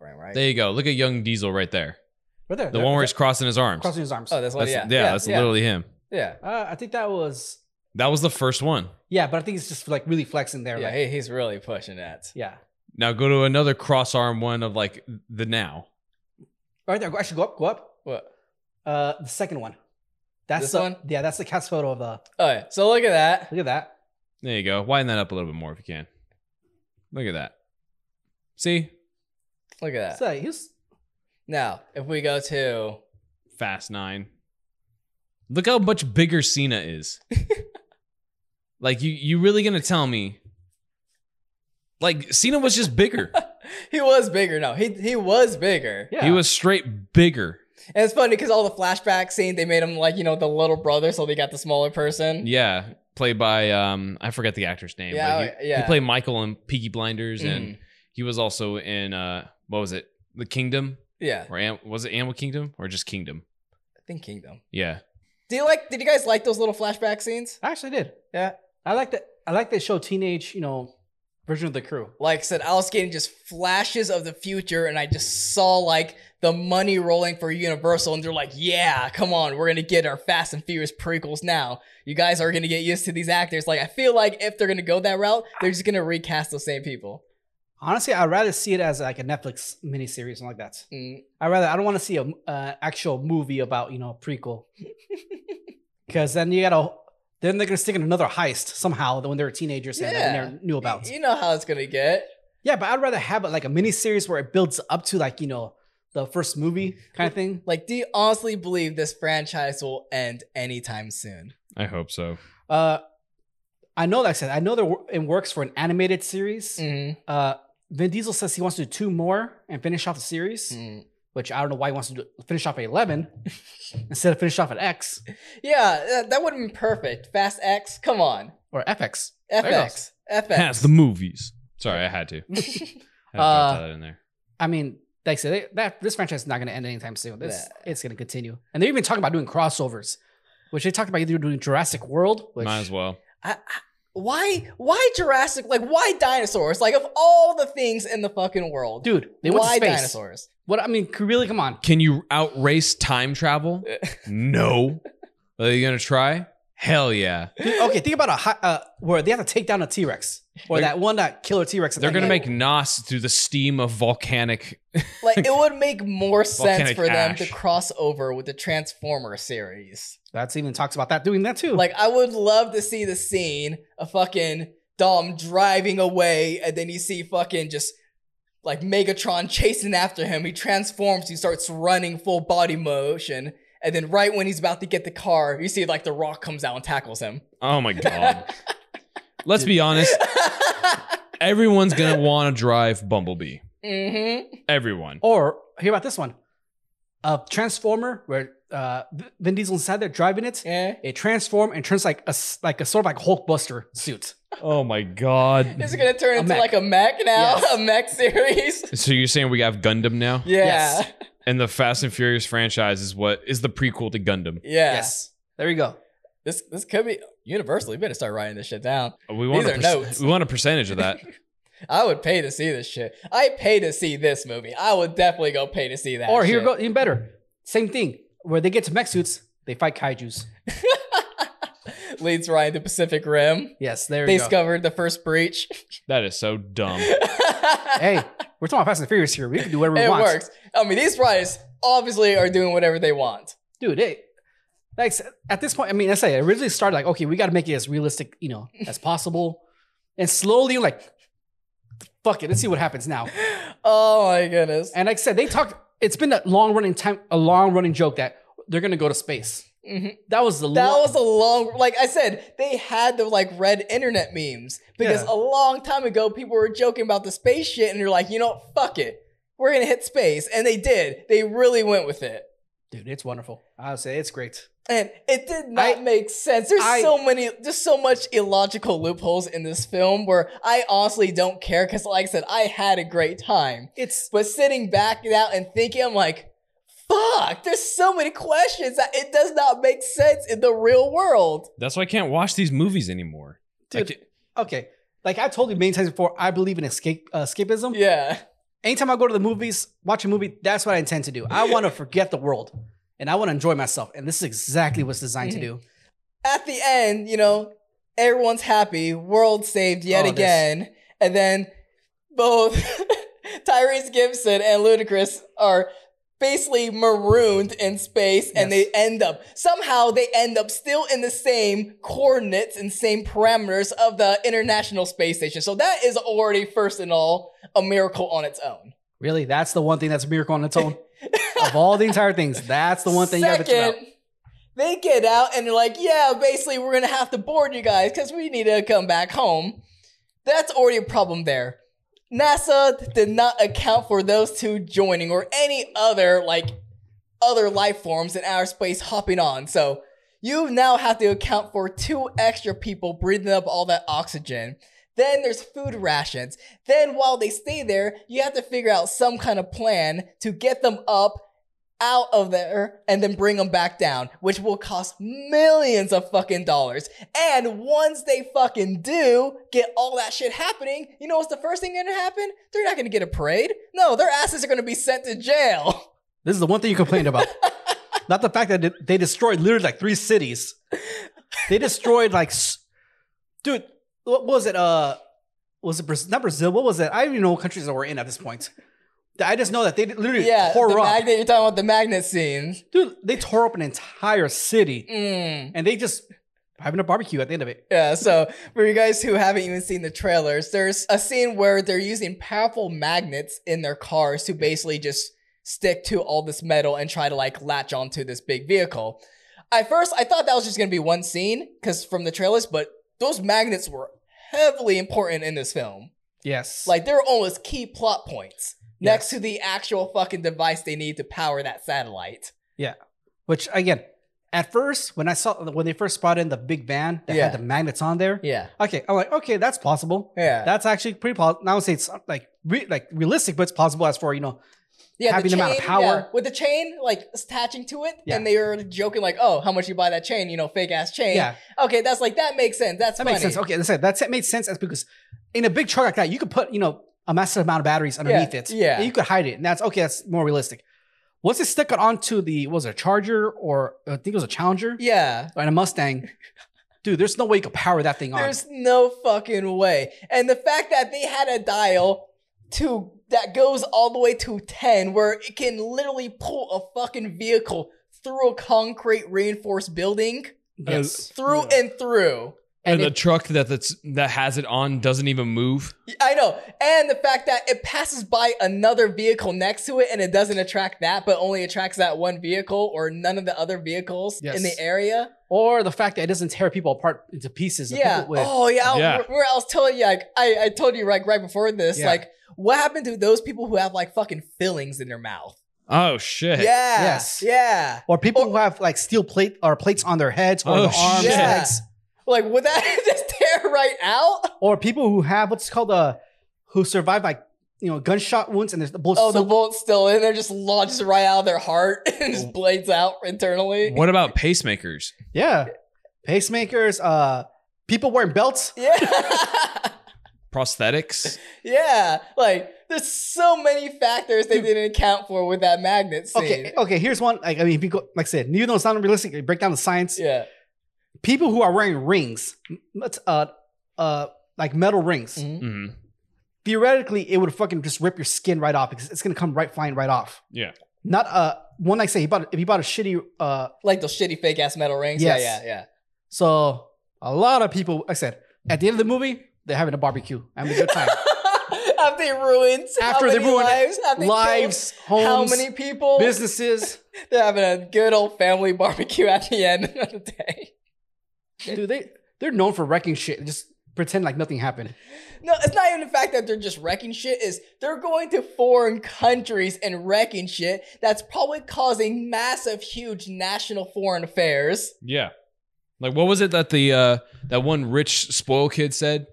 Speaker 2: Right, right.
Speaker 1: There you go. Look at young Diesel right there.
Speaker 3: Right there.
Speaker 1: The
Speaker 3: there,
Speaker 1: one where
Speaker 3: there.
Speaker 1: he's crossing his arms.
Speaker 3: crossing his arms.
Speaker 2: oh, that's what.
Speaker 1: That's-
Speaker 2: yeah,
Speaker 1: yeah, that's
Speaker 2: yeah,
Speaker 1: literally him.
Speaker 2: Yeah,
Speaker 3: uh, I think that was.
Speaker 1: That was the first one.
Speaker 3: Yeah, but I think it's just like really flexing there.
Speaker 2: yeah.
Speaker 3: like-
Speaker 2: He, he's really pushing that.
Speaker 3: yeah.
Speaker 1: Now go to another cross arm one of like the now.
Speaker 3: Right there. Go- Actually, go up. Go up.
Speaker 2: What?
Speaker 3: Uh, the second one. That's
Speaker 2: This
Speaker 3: the,
Speaker 2: one?
Speaker 3: Yeah, that's the cat's photo of the.
Speaker 2: All right. So look at that.
Speaker 3: Look at that.
Speaker 1: There you go. Widen that up a little bit more if you can. Look at that. See?
Speaker 2: Look at that.
Speaker 3: So he was.
Speaker 2: Now, if we go to
Speaker 1: Fast nine. Look how much bigger Cena is. like you you really gonna tell me. Like Cena was just bigger.
Speaker 2: He was bigger. No, he he was bigger.
Speaker 3: Yeah.
Speaker 1: He was straight bigger.
Speaker 2: And it's funny because all the flashback scene, they made him like you know the little brother, so they got the smaller person.
Speaker 1: Yeah. Played by um I forget the actor's name.
Speaker 2: Yeah,
Speaker 1: but
Speaker 2: oh,
Speaker 1: he,
Speaker 2: yeah.
Speaker 1: he played Michael in Peaky Blinders and
Speaker 2: Mhm.
Speaker 1: he was also in uh what was it? The Kingdom
Speaker 2: yeah.
Speaker 1: or Am- was it Animal Kingdom or just Kingdom?
Speaker 2: I think Kingdom.
Speaker 1: Yeah.
Speaker 2: Do you like? Did you guys like those little flashback scenes?
Speaker 3: I actually did.
Speaker 2: Yeah.
Speaker 3: I like that. I like they show teenage, you know, version of the crew.
Speaker 2: Like I said, I was getting just flashes of the future, and I just saw like the money rolling for Universal, and they're like, "Yeah, come on, we're gonna get our Fast and Furious prequels now. You guys are gonna get used to these actors." Like I feel like if they're gonna go that route, they're just gonna recast those same people.
Speaker 3: Honestly, I'd rather see it as like a Netflix miniseries and like that.
Speaker 2: Mm.
Speaker 3: I rather I don't want to see a uh, actual movie about you know a prequel, because then you gotta then they're gonna stick in another heist somehow when they were teenagers and
Speaker 2: Yeah.
Speaker 3: they never knew about.
Speaker 2: You know how it's gonna get.
Speaker 3: Yeah, but I'd rather have it like a miniseries where it builds up to like you know the first movie
Speaker 2: Mm.
Speaker 3: kind of thing.
Speaker 2: Like, do you honestly believe this franchise will end anytime soon?
Speaker 1: I hope so.
Speaker 3: Uh, I know that I said I know they're in works for an animated series.
Speaker 2: Mm-hmm.
Speaker 3: Uh, Vin Diesel says he wants to do two more and finish off the series,
Speaker 2: Mm. Mm-hmm.
Speaker 3: which I don't know why he wants to do, finish off at eleven instead of finish off at X
Speaker 2: Yeah, uh, that, that would have been perfect. Fast X, come on.
Speaker 3: or FX. you go.
Speaker 2: FX.
Speaker 1: Has
Speaker 2: FX.
Speaker 1: the movies. Sorry, I had to. I had to
Speaker 3: Uh,
Speaker 1: throw that in there.
Speaker 3: I mean, like I said, they, that this franchise is not going to end anytime soon. This
Speaker 2: Yeah.
Speaker 3: it's going to continue, and they're even talking about doing crossovers, which they talked about either doing Jurassic World, which
Speaker 1: Might as well.
Speaker 2: I, I, why? Why Jurassic? Like, why dinosaurs? Like, of all the things in the fucking world,
Speaker 3: dude, they went to
Speaker 2: why
Speaker 3: space.
Speaker 2: dinosaurs?
Speaker 3: What I mean, c- really, come on.
Speaker 1: Can you outrace time travel? no. Are you gonna try? Hell yeah.
Speaker 3: Dude, okay, think about a hi- uh, where they have to take down a T Rex or
Speaker 1: They're-
Speaker 3: that one that killer T Rex.
Speaker 1: They're gonna make Nos through the steam of volcanic.
Speaker 2: Like, it would make more sense
Speaker 1: Volcanic
Speaker 2: for them
Speaker 1: ash.
Speaker 2: to cross over with the Transformer series.
Speaker 3: That's even talks about that doing that too.
Speaker 2: Like I would love to see the scene of fucking Dom driving away, and then you see fucking just like Megatron chasing after him. He transforms, he starts running full body motion, and then right when he's about to get the car, you see like the Rock comes out and tackles him.
Speaker 1: Oh my god. Let's be honest. Everyone's gonna want to drive Bumblebee.
Speaker 2: hmm
Speaker 1: Everyone.
Speaker 3: or hear about this one, a Transformer where uh, V- Vin Diesel's inside there driving it.
Speaker 2: Yeah.
Speaker 3: It transform and turns like a s- like a sort of like Hulkbuster suit.
Speaker 1: Oh my god.
Speaker 2: It's gonna turn
Speaker 3: A
Speaker 2: into
Speaker 3: mech.
Speaker 2: like a mech now,
Speaker 3: Yes.
Speaker 2: a mech series.
Speaker 1: So you're saying we have Gundam now?
Speaker 2: Yeah.
Speaker 3: Yes.
Speaker 1: And the Fast and Furious franchise is what is the prequel to Gundam.
Speaker 2: Yeah.
Speaker 3: Yes, there you go.
Speaker 2: This this could be universal. You better start writing this shit down.
Speaker 1: We want
Speaker 2: These
Speaker 1: a
Speaker 2: are
Speaker 1: perc-
Speaker 2: notes.
Speaker 1: we want a percentage of that.
Speaker 2: I would pay to see this shit. I pay to see this movie. I would definitely go pay to see that.
Speaker 3: or here
Speaker 2: shit.
Speaker 3: go even better. Same thing. Where they get to mech suits, they fight kaiju's.
Speaker 2: leads Ryan to Pacific Rim.
Speaker 3: Yes, there
Speaker 2: They
Speaker 3: you go.
Speaker 2: discovered the first breach.
Speaker 1: That is so dumb.
Speaker 2: hey,
Speaker 3: hey, we're talking about Fast and Furious here. We can do whatever we
Speaker 2: it
Speaker 3: want,
Speaker 2: works. I mean, these writers obviously are doing whatever they want.
Speaker 3: dude. It, like at this point, I mean, I say it originally started like, okay, we got to make it as realistic, you know, as possible, and slowly like, fuck it, let's see what happens now.
Speaker 2: Oh my goodness.
Speaker 3: And like I said, they talked. It's been a long running time, a long running joke that they're gonna go to space.
Speaker 2: Mhm.
Speaker 3: That was the
Speaker 2: That
Speaker 3: lo-
Speaker 2: was a long, like I said, they had the like red internet memes because
Speaker 3: Yeah.
Speaker 2: a long time ago people were joking about the space shit and they're like, you know, what? fuck it, we're gonna hit space, and they did. They really went with it,
Speaker 3: dude. It's wonderful. I would say it's great.
Speaker 2: and it did not
Speaker 3: I-
Speaker 2: make sense. There's
Speaker 3: I-
Speaker 2: so many, there's so much illogical loopholes in this film where I honestly don't care because, like I said, I had a great time,
Speaker 3: It's
Speaker 2: but sitting back now and thinking, I'm like. Fuck, there's so many questions that it does not make sense in the real world.
Speaker 1: That's why I can't watch these movies anymore. I
Speaker 3: Dude.
Speaker 1: can't-
Speaker 3: okay. Like I told you many times before, I believe in escape uh, escapism.
Speaker 2: Yeah.
Speaker 3: anytime I go to the movies, watch a movie, that's what I intend to do. I want to forget the world and I want to enjoy myself. And this is exactly what's designed to do.
Speaker 2: at the end, you know, everyone's happy, world saved yet
Speaker 3: Oh, this-
Speaker 2: again, and then both Tyrese Gibson and Ludacris are basically marooned in space and
Speaker 3: Yes.
Speaker 2: they end up somehow they end up still in the same coordinates and same parameters of the international space station so that is already first and all a miracle on its own
Speaker 3: Really, that's the one thing that's a miracle on its own. of all the entire things, that's the one thing you gotta bitch about.
Speaker 2: They get out and they're like, yeah, basically we're gonna have to board you guys because we need to come back home. That's already a problem there. NASA did not account for those two joining or any other like other life forms in outer space hopping on. So you now have to account for two extra people breathing up all that oxygen. Then there's food rations. Then while they stay there, you have to figure out some kind of plan to get them up out of there and then bring them back down, which will cost millions of fucking dollars. And once they fucking do get all that shit happening, you know what's the first thing gonna happen? They're not gonna get a parade. No, their asses are gonna be sent to jail.
Speaker 3: This is the one thing you complained about. Not the fact that they destroyed literally like three cities. They destroyed like, s- dude, what was it? Uh, was it Brazil? Not Brazil. What was it? I don't even know what countries that we're in at this point. I just know that they literally
Speaker 2: Yeah, the
Speaker 3: tore up.
Speaker 2: magnet, you're talking about the magnet scene.
Speaker 3: dude, they tore up an entire city.
Speaker 2: Mm.
Speaker 3: and they just having a barbecue at the end of it.
Speaker 2: Yeah, so for you guys who haven't even seen the trailers, there's a scene where they're using powerful magnets in their cars to basically just stick to all this metal and try to like latch onto this big vehicle. At first, I thought that was just gonna be one scene because from the trailers, but those magnets were heavily important in this film.
Speaker 3: Yes,
Speaker 2: Like they were almost key plot points next to the actual fucking device they need to power that satellite.
Speaker 3: which again, at first when I saw when they first spotted in the big van that
Speaker 2: Yeah.
Speaker 3: had the magnets on there,
Speaker 2: Yeah,
Speaker 3: okay, I'm like, okay, that's possible.
Speaker 2: yeah,
Speaker 3: That's actually pretty possible. I would say it's like re- like realistic, but it's possible as for you know.
Speaker 2: yeah,
Speaker 3: having
Speaker 2: the
Speaker 3: them
Speaker 2: chain,
Speaker 3: out of power.
Speaker 2: yeah, with the chain like attaching to it,
Speaker 3: Yeah.
Speaker 2: and they were joking like, "Oh, how much you buy that chain? You know, fake ass chain."
Speaker 3: Yeah,
Speaker 2: Okay, that's like that makes sense. That's
Speaker 3: that
Speaker 2: funny.
Speaker 3: makes sense. Okay, that's it. That's it. Made sense. That's because in a big truck like that, you could put you know a massive amount of batteries underneath it.
Speaker 2: yeah.
Speaker 3: and you could hide it, and that's okay. That's more realistic. Once it stuck it onto the what was it, a Charger or I think it was a Challenger
Speaker 2: Yeah.
Speaker 3: and a Mustang, dude. There's no way you could power that thing on.
Speaker 2: There's no fucking way. And the fact that they had a dial to that goes all the way to 10 where it can literally pull a fucking vehicle through a concrete reinforced building
Speaker 3: yes.
Speaker 2: through
Speaker 3: Yeah.
Speaker 2: and through.
Speaker 1: And
Speaker 2: And
Speaker 1: the
Speaker 2: it-
Speaker 1: truck that that's that has it on doesn't even move.
Speaker 2: I know. And the fact that it passes by another vehicle next to it and it doesn't attract that but only attracts that one vehicle or none of the other vehicles
Speaker 3: Yes.
Speaker 2: in the area.
Speaker 3: or the fact that it doesn't tear people apart into pieces. that
Speaker 2: Yeah.
Speaker 3: people would-
Speaker 2: Oh yeah. I-
Speaker 1: Yeah.
Speaker 2: Where I was telling you, like I, I told you like right before this,
Speaker 3: Yeah.
Speaker 2: like what happened to those people who have like fucking fillings in their mouth?
Speaker 1: Oh shit.
Speaker 2: Yeah.
Speaker 3: Yes.
Speaker 2: Yeah.
Speaker 3: Or people who have like steel plate or plates on their heads or
Speaker 1: Oh,
Speaker 3: the arms,
Speaker 2: shit.
Speaker 3: legs,
Speaker 2: Like would that just tear right out?
Speaker 3: or people who have what's called a who survive like you know gunshot wounds and there's the bullets.
Speaker 2: Oh, the
Speaker 3: still-
Speaker 2: bullet's still in there, just launches right out of their heart and just blades out internally.
Speaker 1: What about pacemakers?
Speaker 3: yeah, pacemakers. Uh, people wearing belts.
Speaker 2: Yeah.
Speaker 1: prosthetics.
Speaker 2: Yeah, like there's so many factors they didn't account for with that magnet scene.
Speaker 3: Okay, okay. Here's one. Like, I mean, if you go, like I said, you know, it's not realistic. You break down the science.
Speaker 2: Yeah.
Speaker 3: People who are wearing rings, m- it's, uh, uh, like metal rings.
Speaker 2: Mhm.
Speaker 1: Mhm.
Speaker 3: Theoretically, it would fucking just rip your skin right off because it's gonna come right flying right off.
Speaker 1: Yeah.
Speaker 3: Not uh one like say he bought if he bought a shitty uh
Speaker 2: Like those shitty fake ass metal rings.
Speaker 3: Yes.
Speaker 2: Yeah, yeah, yeah.
Speaker 3: so a lot of people like I said at the end of the movie they're having a barbecue having a good time
Speaker 2: After they ruined
Speaker 3: After
Speaker 2: how
Speaker 3: they
Speaker 2: many
Speaker 3: ruined
Speaker 2: lives, Have they killed
Speaker 3: lives homes
Speaker 2: how many people?
Speaker 3: businesses
Speaker 2: They're having a good old family barbecue at the end of the day.
Speaker 3: dude they they're known for wrecking shit just pretend like nothing happened
Speaker 2: No, it's not even the fact that they're just wrecking shit. Is they're going to foreign countries and wrecking shit that's probably causing massive, huge national foreign affairs.
Speaker 1: Yeah. Like what was it that the uh that one rich spoil kid said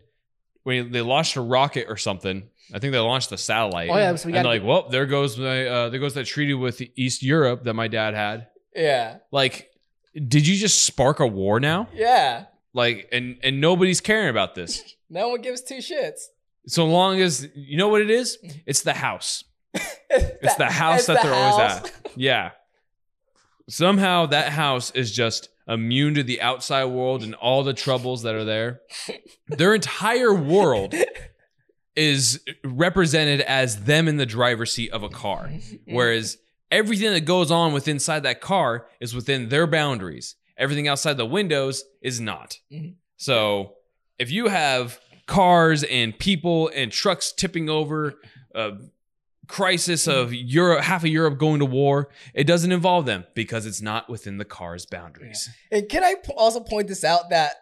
Speaker 1: when they launched a rocket or something? I think they launched the satellite.
Speaker 3: oh yeah so we
Speaker 1: and
Speaker 3: got
Speaker 1: like, well, there goes my uh, there goes that treaty with East Europe that my dad had.
Speaker 2: Yeah,
Speaker 1: Like, did you just spark a war now?
Speaker 2: yeah.
Speaker 1: Like, and and nobody's caring about this.
Speaker 2: No one gives two shits.
Speaker 1: So long as you know what it is, it's the house. It's the house that they're always
Speaker 2: house.
Speaker 1: Yeah. Somehow that house is just immune to the outside world and all the troubles that are there. Their entire world is represented as them in the driver's seat of a car, whereas everything that goes on with inside that car is within their boundaries. Everything outside the windows is not.
Speaker 2: Mhm.
Speaker 1: So if you have cars and people and trucks tipping over, uh, crisis of
Speaker 2: Mm-hmm.
Speaker 1: Europe, half of Europe going to war. It doesn't involve them because it's not within the car's boundaries.
Speaker 2: And can I p- also point this out that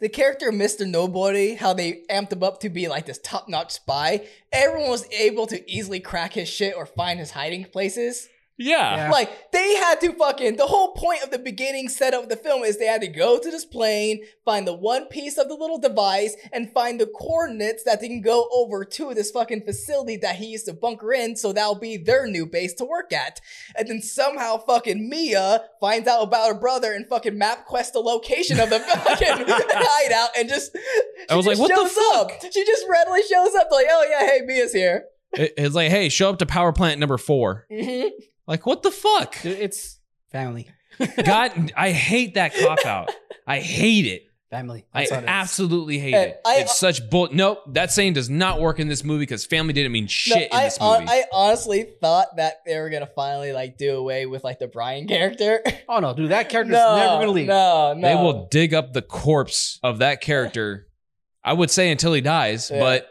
Speaker 2: the character Mr. Nobody, how they amped him up to be like this top notch spy, everyone was able to easily crack his shit or find his hiding places.
Speaker 1: Yeah.
Speaker 3: Yeah.
Speaker 2: Like, they had to fucking, the whole point of the beginning setup of the film is they had to go to this plane, find the one piece of the little device, and find the coordinates that they can go over to this fucking facility that he used to bunker in, so that'll be their new base to work at. And then somehow fucking Mia finds out about her brother and fucking map quest the location of the fucking hideout and just.
Speaker 1: I was
Speaker 2: she
Speaker 1: like,
Speaker 2: just
Speaker 1: what the
Speaker 2: shows Up. She just readily shows up, like, oh yeah, hey, Mia's here.
Speaker 1: It- it's like, hey, show up to power plant number four.
Speaker 2: Mhm.
Speaker 1: Like, what the fuck?
Speaker 3: dude, it's family
Speaker 1: God, I hate that cop out. I hate it.
Speaker 3: family
Speaker 1: I
Speaker 3: That's all it is.
Speaker 1: absolutely hate
Speaker 2: Hey,
Speaker 1: it.
Speaker 2: I-
Speaker 1: it's such bull. Nope, that saying does not work in this movie because family didn't mean shit
Speaker 2: No,
Speaker 1: in
Speaker 2: I,
Speaker 1: this
Speaker 2: hon-
Speaker 1: movie.
Speaker 2: I honestly thought that they were gonna finally like do away with like the Brian character.
Speaker 3: oh no dude that character's
Speaker 2: no,
Speaker 3: never gonna leave
Speaker 2: No, no.
Speaker 1: They will dig up the corpse of that character. I would say until he dies,
Speaker 2: Yeah.
Speaker 1: but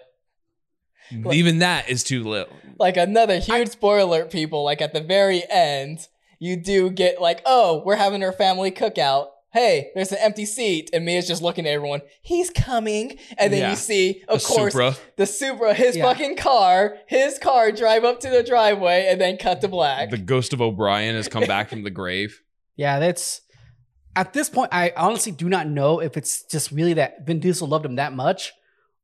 Speaker 1: even that is too little.
Speaker 2: like another huge spoiler alert, people. Like at the very end, you do get like, oh, we're having our family cookout. Hey, there's an empty seat, and Mia's just looking at everyone. He's coming, and then
Speaker 1: Yeah.
Speaker 2: you see, of
Speaker 1: A
Speaker 2: course,
Speaker 1: Supra.
Speaker 2: the Supra, his
Speaker 3: Yeah.
Speaker 2: fucking car, his car drive up to the driveway, and then cut to black.
Speaker 1: The ghost of O'Brien has come back from the grave.
Speaker 3: Yeah, that's at this point. I honestly do not know if it's just really that Vin Diesel loved him that much,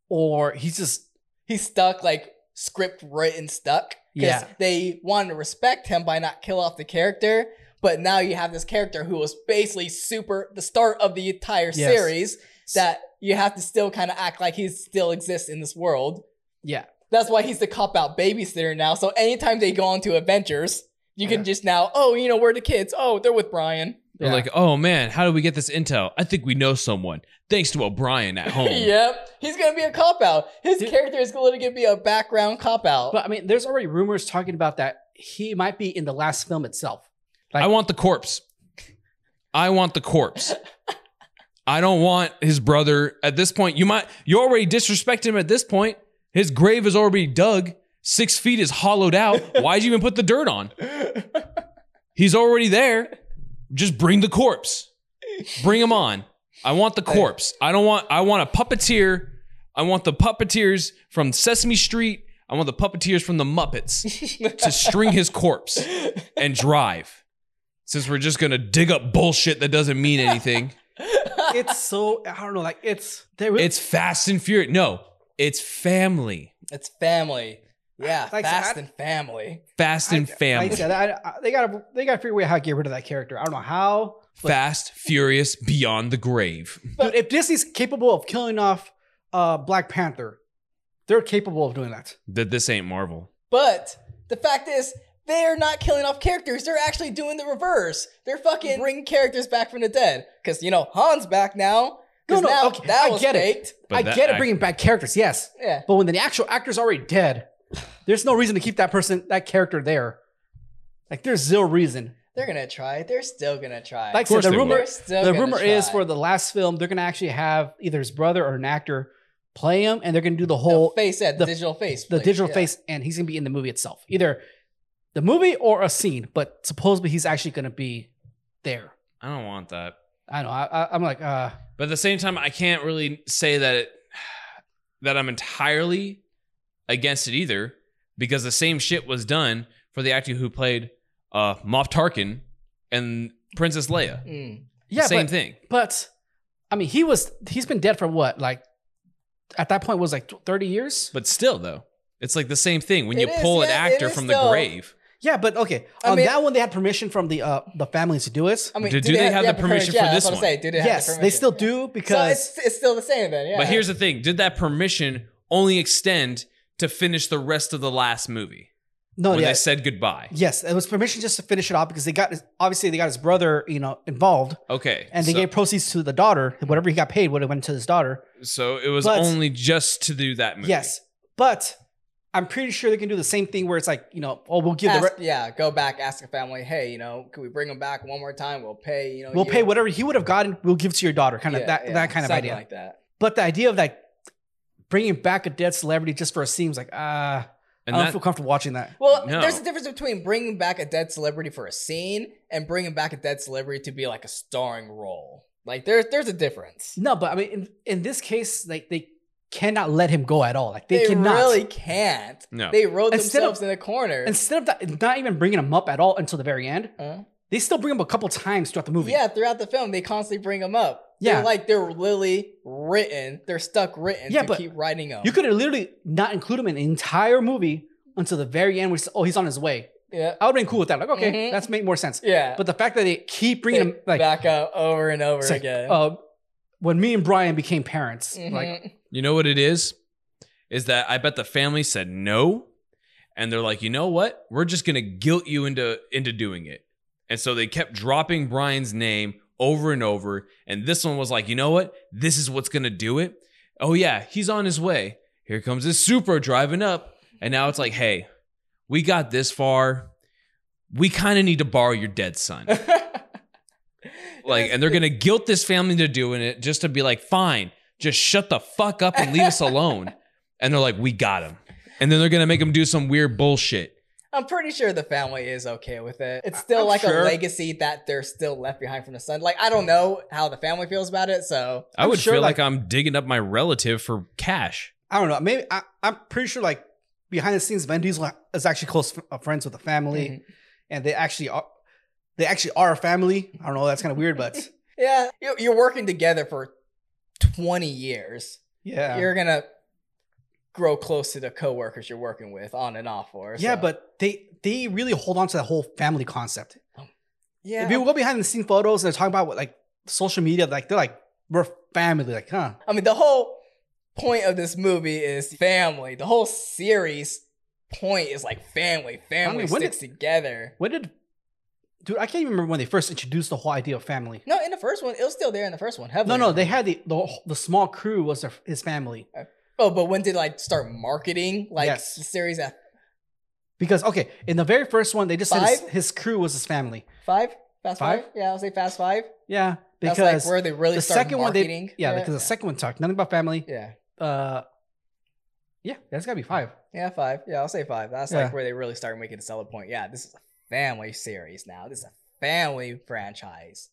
Speaker 3: or he's just
Speaker 2: he's stuck like script written stuck because
Speaker 3: Yeah.
Speaker 2: they wanted to respect him by not kill off the character but now you have this character who was basically super the start of the entire
Speaker 3: Yes.
Speaker 2: series that you have to still kind of act like he still exists in this world
Speaker 3: yeah.
Speaker 2: that's why he's the cop out babysitter now so anytime they go on to adventures you can
Speaker 3: Yeah.
Speaker 2: just now oh you know where are the kids oh they're with brian
Speaker 1: They're
Speaker 3: yeah.
Speaker 1: like, oh man, how do we get this intel? I think we know someone. Thanks to O'Brien at home.
Speaker 3: Oh.
Speaker 2: yep he's gonna be a cop out his
Speaker 3: Dude-
Speaker 2: character is literally gonna be a background cop out
Speaker 3: but I mean, there's already rumors talking about that he might be in the last film itself.
Speaker 1: I want the corpse. I want the corpse. I don't want his brother at this point. You might you already disrespect him at this point. His grave is already dug. Six feet is hollowed out. Why'd you even put the dirt on? He's already there. Just bring the corpse. Bring him on. I want the corpse. I don't want I want a puppeteer. I want the puppeteers from Sesame Street. I want the puppeteers from the Muppets to string his corpse and drive. Since we're just gonna dig up bullshit that doesn't mean anything.
Speaker 3: it's so I don't know, like it's they really,
Speaker 1: It's Fast and Furious. No, it's family.
Speaker 2: It's family. Yeah,
Speaker 3: Like,
Speaker 2: fast
Speaker 3: I-
Speaker 2: and family.
Speaker 1: Fast and
Speaker 3: Like I
Speaker 1: family.
Speaker 3: said, I- I- they gotta they gotta figure out how to get rid of that character. I don't know how.
Speaker 1: Fast, furious, beyond the grave.
Speaker 3: Dude, if Disney's capable of killing off uh Black Panther, They're capable of doing that.
Speaker 1: That this ain't Marvel.
Speaker 2: But the fact is, they're not killing off characters. They're actually doing the reverse. They're fucking bringing characters back from the dead. Because, you know, Han's back now. 'Cause
Speaker 3: No, no,
Speaker 2: now
Speaker 3: okay,
Speaker 2: that
Speaker 3: I
Speaker 2: was
Speaker 3: get it.
Speaker 2: faked.
Speaker 1: But
Speaker 3: I
Speaker 1: that
Speaker 3: get it,
Speaker 1: act-
Speaker 3: bringing back characters, yes.
Speaker 2: Yeah.
Speaker 3: But when the actual actor's already dead, there's no reason to keep that person, that character there. Like, there's zero reason.
Speaker 2: They're going to try. They're still going to try.
Speaker 3: Like I said,
Speaker 1: course
Speaker 3: the
Speaker 1: they will.
Speaker 3: rumor,
Speaker 2: They're still
Speaker 3: the
Speaker 2: gonna
Speaker 3: rumor is
Speaker 2: try.
Speaker 3: for the last film, they're gonna actually have either his brother or an actor play him, and they're gonna do the
Speaker 2: the
Speaker 3: whole
Speaker 2: face, yeah, the,
Speaker 3: the-
Speaker 2: digital face.
Speaker 3: the
Speaker 2: plate,
Speaker 3: digital
Speaker 2: yeah.
Speaker 3: face, and he's gonna be in the movie itself, either the movie or a scene. But supposedly he's actually gonna be there.
Speaker 1: I don't want that.
Speaker 3: I know. I, I, I'm like, uh,
Speaker 1: But at the same time, I can't really say that it, that I'm entirely against it either, because the same shit was done for the actor who played uh, Moff Tarkin and Princess Leia.
Speaker 2: Mm.
Speaker 3: yeah,
Speaker 1: same
Speaker 3: but,
Speaker 1: thing.
Speaker 3: but I mean, he was he's been dead for what like at that point was like 30 years.
Speaker 1: But still, though, it's like the same thing when
Speaker 2: It
Speaker 1: you
Speaker 2: is,
Speaker 1: pull an
Speaker 2: yeah, it
Speaker 1: actor
Speaker 2: is
Speaker 1: from the
Speaker 2: still-
Speaker 1: grave.
Speaker 3: Yeah, but okay.
Speaker 2: I
Speaker 3: On
Speaker 2: mean-
Speaker 3: that one, they had permission from the uh the families to do it.
Speaker 2: I mean,
Speaker 1: Do- do they have the permission for
Speaker 2: yeah,
Speaker 1: this
Speaker 2: I
Speaker 1: one?
Speaker 2: was gonna Say, do they have the
Speaker 3: yes, Um, they
Speaker 2: permission?
Speaker 3: still do
Speaker 2: So
Speaker 3: because
Speaker 2: it's, it's still the same then. Yeah.
Speaker 1: But here's the thing: did that permission only extend to finish the rest of the last movie
Speaker 3: no,
Speaker 1: when
Speaker 3: Oh, yeah,
Speaker 1: they said goodbye?
Speaker 3: Yes, it was permission just to finish it off because they got his, obviously they got his brother, you know, involved,
Speaker 1: Okay,
Speaker 3: and they
Speaker 1: so,
Speaker 3: gave proceeds to the daughter. Whatever he got paid would have went to his daughter.
Speaker 1: so it was
Speaker 3: but-
Speaker 1: only just to do that movie.
Speaker 3: Yes, but I'm pretty sure they can do the same thing where it's like, you know, oh, we'll give
Speaker 2: Ask,
Speaker 3: the re-
Speaker 2: yeah, go back, ask the family, hey, you know, can we bring him back one more time? We'll pay, you know,
Speaker 3: we'll
Speaker 2: you-
Speaker 3: pay whatever he would have gotten. We'll give to your daughter, kind of
Speaker 2: Yeah,
Speaker 3: that
Speaker 2: yeah,
Speaker 3: that kind of
Speaker 2: something
Speaker 3: idea.
Speaker 2: like that.
Speaker 3: but the idea of like bringing back a dead celebrity just for a scene was like, ah,
Speaker 1: and
Speaker 3: I don't
Speaker 1: that,
Speaker 3: feel comfortable watching that.
Speaker 2: Well,
Speaker 1: No.
Speaker 2: there's a difference between bringing back a dead celebrity for a scene and bringing back a dead celebrity to be like a starring role. Like there's there's a difference.
Speaker 3: No, but I mean, in, in this case, like they cannot let him go at all. Like they,
Speaker 2: They,
Speaker 3: cannot.
Speaker 2: really can't.
Speaker 1: No.
Speaker 2: They wrote
Speaker 3: Instead of-
Speaker 2: themselves in a corner.
Speaker 3: Instead of that, not even bringing him up at all until the very end,
Speaker 2: Huh?
Speaker 3: they still bring him a couple times throughout the movie.
Speaker 2: Yeah, throughout the film, they constantly bring them up. They're
Speaker 3: Yeah.
Speaker 2: like they're literally written. They're stuck written.
Speaker 3: Yeah,
Speaker 2: to
Speaker 3: but
Speaker 2: keep writing them.
Speaker 3: You could have literally not include him in the entire movie until the very end, which is, oh, he's on his way.
Speaker 2: yeah,
Speaker 3: I would have been cool with that. Like, okay,
Speaker 2: Mhm.
Speaker 3: that's made more sense.
Speaker 2: yeah.
Speaker 3: But the fact that they keep bringing him, like,
Speaker 2: back up over and over
Speaker 3: it's like,
Speaker 2: again.
Speaker 3: uh, when me and Brian became parents,
Speaker 2: Mhm.
Speaker 3: like,
Speaker 1: You know what it is? Is that I bet the family said no, and they're like, you know what? We're just gonna guilt you into into doing it. And so they kept dropping Brian's name over and over. And this one was like, you know what? This is what's gonna do it. Oh yeah, he's on his way. Here comes his super driving up. And now it's like, hey, we got this far. We kind of need to borrow your dead son. Like, and they're gonna guilt this family to doing it just to be like, fine, just shut the fuck up and leave us alone. And they're like, we got him. And then they're gonna make him do some weird bullshit.
Speaker 2: I'm pretty sure the family is okay with it. It's still
Speaker 1: I'm
Speaker 2: like
Speaker 1: sure.
Speaker 2: a legacy that they're still left behind from the son. Like I don't know how the family feels about it, so
Speaker 1: i
Speaker 3: I'm
Speaker 1: would
Speaker 3: sure,
Speaker 1: feel like, I'm digging up my relative for cash.
Speaker 3: I don't know. Maybe I, I'm pretty sure, like, behind the scenes, Vin Diesel is actually close f- uh, friends with the family,
Speaker 2: Mhm.
Speaker 3: and they actually are. They actually are a family. I don't know. That's kind of weird, but
Speaker 2: yeah, you- you're working together for 20 years.
Speaker 3: yeah,
Speaker 2: You're gonna grow close to the coworkers you're working with on and off for.
Speaker 3: yeah.
Speaker 2: so-
Speaker 3: But they they really hold on to that whole family concept.
Speaker 2: yeah,
Speaker 3: If you go behind the scene photos and they're talking about what, like social media, like they're like we're family, like huh?
Speaker 2: I mean, the whole point of this movie is family. The whole series point is like family. Family
Speaker 3: when
Speaker 2: sticks together.
Speaker 3: When did, dude? I can't even remember when they first introduced the whole idea of family.
Speaker 2: No, in the first one, it was still there in the first one.
Speaker 3: No,
Speaker 2: Heavily.
Speaker 3: no, they had the the, whole- the small crew was their, his family
Speaker 2: Oh, but when did like start marketing like
Speaker 3: Yes.
Speaker 2: the series at
Speaker 3: because okay, in the very first one they just said his,
Speaker 2: Five?
Speaker 3: his crew was his family.
Speaker 2: five? Fast five?
Speaker 3: Five?
Speaker 2: Yeah, I'll say fast five.
Speaker 3: Yeah,
Speaker 2: That's
Speaker 3: because
Speaker 2: like where they really
Speaker 3: the
Speaker 2: started
Speaker 3: second one
Speaker 2: marketing.
Speaker 3: they yeah
Speaker 2: their-
Speaker 3: because the second one talked nothing about family.
Speaker 2: yeah.
Speaker 3: Uh, yeah, that's gotta be five.
Speaker 2: Yeah, five. Yeah, I'll say five. That's
Speaker 3: Yeah.
Speaker 2: like where they really start making a seller point. Yeah, this is a family series now. This is a family franchise.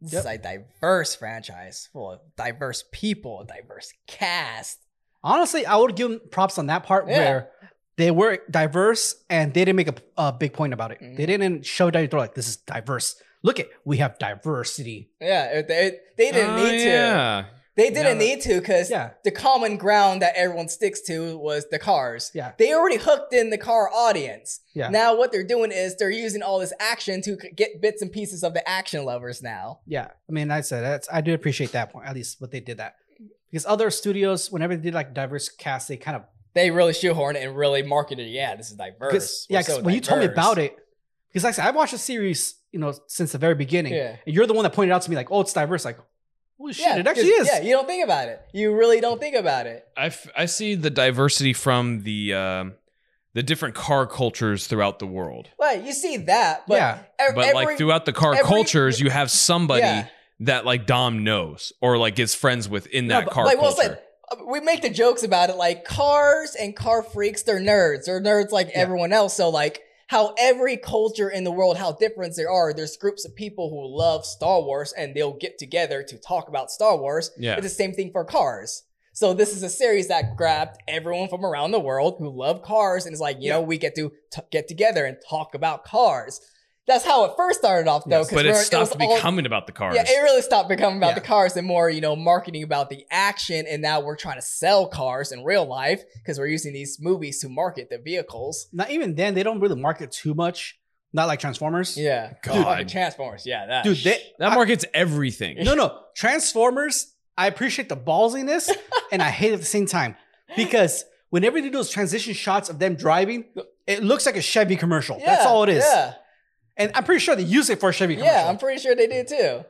Speaker 2: This is a diverse franchise full of diverse people, a diverse cast.
Speaker 3: Honestly, I would give them props on that part
Speaker 2: Yeah.
Speaker 3: where they were diverse and they didn't make a, a big point about it. They
Speaker 2: Mhm.
Speaker 3: didn't show that they're like, this is diverse. Look at we have diversity.
Speaker 2: Yeah, it- they, they didn't
Speaker 1: Oh,
Speaker 2: need to.
Speaker 1: yeah.
Speaker 2: They didn't
Speaker 3: No, no.
Speaker 2: need to because
Speaker 3: Yeah.
Speaker 2: the common ground that everyone sticks to was the cars.
Speaker 3: Yeah.
Speaker 2: They already hooked in the car audience.
Speaker 3: Yeah.
Speaker 2: Now what they're doing is they're using all this action to c- get bits and pieces of the action lovers now.
Speaker 3: Yeah. I mean, I said that's I do appreciate that point, at least what they did that. Because other studios, whenever they did like diverse cast, they kind of
Speaker 2: They really shoehorn it and really marketed it. Yeah, this is diverse.
Speaker 3: Because yeah,
Speaker 2: We're so
Speaker 3: 'cause when you told me
Speaker 2: diverse.
Speaker 3: about it, because like I said, I watched the series, you know, since the very beginning.
Speaker 2: Yeah.
Speaker 3: And you're the one that pointed out to me, like, oh, it's diverse. Like, holy shit,
Speaker 2: yeah,
Speaker 3: it actually
Speaker 2: 'cause-
Speaker 3: is.
Speaker 2: Yeah, you don't think about it. You really don't think about it.
Speaker 1: I, f- I see the diversity from the um, the different car cultures throughout the world.
Speaker 2: Well, you see that, but
Speaker 3: Yeah,
Speaker 2: ev-
Speaker 1: But
Speaker 2: every-
Speaker 1: like throughout the car
Speaker 2: every-
Speaker 1: cultures, you have somebody
Speaker 2: Yeah.
Speaker 1: that like Dom knows or like gets friends with in
Speaker 3: No,
Speaker 1: that
Speaker 3: but-
Speaker 1: car
Speaker 2: like well
Speaker 1: culture.
Speaker 2: said. uh, We make the jokes about it, like cars and car freaks. They're nerds. They're nerds like
Speaker 3: Yeah.
Speaker 2: everyone else. So like how every culture in the world, how different there are. There's groups of people who love Star Wars and they'll get together to talk about Star Wars.
Speaker 1: yeah.
Speaker 2: It's the same thing for cars. So this is a series that grabbed everyone from around the world who love cars and it's like, you know, we get to t- get together and talk about cars. That's how it first started off though.
Speaker 3: Yes.
Speaker 2: 'cause
Speaker 1: But it
Speaker 2: we're- was
Speaker 1: stopped
Speaker 2: all-
Speaker 1: becoming about the cars.
Speaker 2: Yeah, it really stopped becoming about
Speaker 3: Yeah.
Speaker 2: the cars and more, you know, marketing about the action. And now we're trying to sell cars in real life because we're using these movies to market the vehicles.
Speaker 3: Not even then, they don't really market too much. Not like Transformers.
Speaker 2: Yeah.
Speaker 1: God.
Speaker 2: Fucking Transformers. Yeah. That.
Speaker 3: Dude, they,
Speaker 1: that markets everything.
Speaker 3: No, no. Transformers, I appreciate the ballsiness and I hate it at the same time because whenever they do those transition shots of them driving, it looks like a Chevy commercial. That's
Speaker 2: Yeah,
Speaker 3: all it is.
Speaker 2: Yeah.
Speaker 3: And I'm pretty sure they use it for a Chevy commercial.
Speaker 2: Yeah. I'm pretty sure they did too.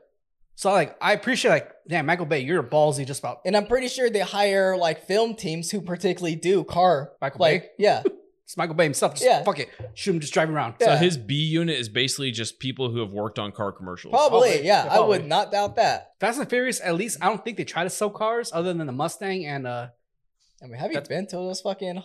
Speaker 3: so like I appreciate like, damn, Michael Bay, you're ballsy just about
Speaker 2: And I'm pretty sure they hire like film teams who particularly do car.
Speaker 3: Michael
Speaker 2: like,
Speaker 3: Bay.
Speaker 2: yeah.
Speaker 3: It's Michael Bay himself. Just
Speaker 2: Yeah.
Speaker 3: fuck it. Shoot him just driving around.
Speaker 1: So
Speaker 2: yeah.
Speaker 1: his B unit is basically just people who have worked on car commercials.
Speaker 2: Probably,
Speaker 3: Probably.
Speaker 2: yeah.
Speaker 3: Yeah,
Speaker 2: I would
Speaker 3: probably.
Speaker 2: not doubt that.
Speaker 3: Fast and Furious, at least I don't think they try to sell cars other than the Mustang and uh
Speaker 2: I mean, have you
Speaker 3: That's-
Speaker 2: been to those fucking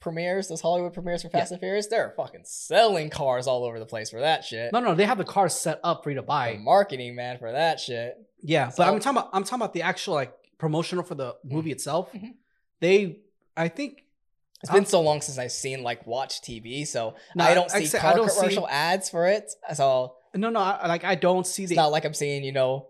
Speaker 2: premieres, those Hollywood premieres for Fast and Furious? They're fucking selling cars all over the place for that shit.
Speaker 3: no no, they have the cars set up for you to
Speaker 2: The
Speaker 3: buy.
Speaker 2: marketing man for that shit.
Speaker 3: Yeah,
Speaker 2: Um, So-
Speaker 3: but I'm talking about I'm talking about the actual like promotional for the movie itself.
Speaker 2: Mhm.
Speaker 3: They I think
Speaker 2: It's
Speaker 3: I'm-
Speaker 2: been so long since I've seen like watch TV, so
Speaker 3: No,
Speaker 2: I don't
Speaker 3: I- I
Speaker 2: see
Speaker 3: said- I
Speaker 2: car
Speaker 3: don't see-
Speaker 2: commercial ads for it. So
Speaker 3: No, no, I, like I don't see
Speaker 2: it's
Speaker 3: the
Speaker 2: not like I'm seeing, you know,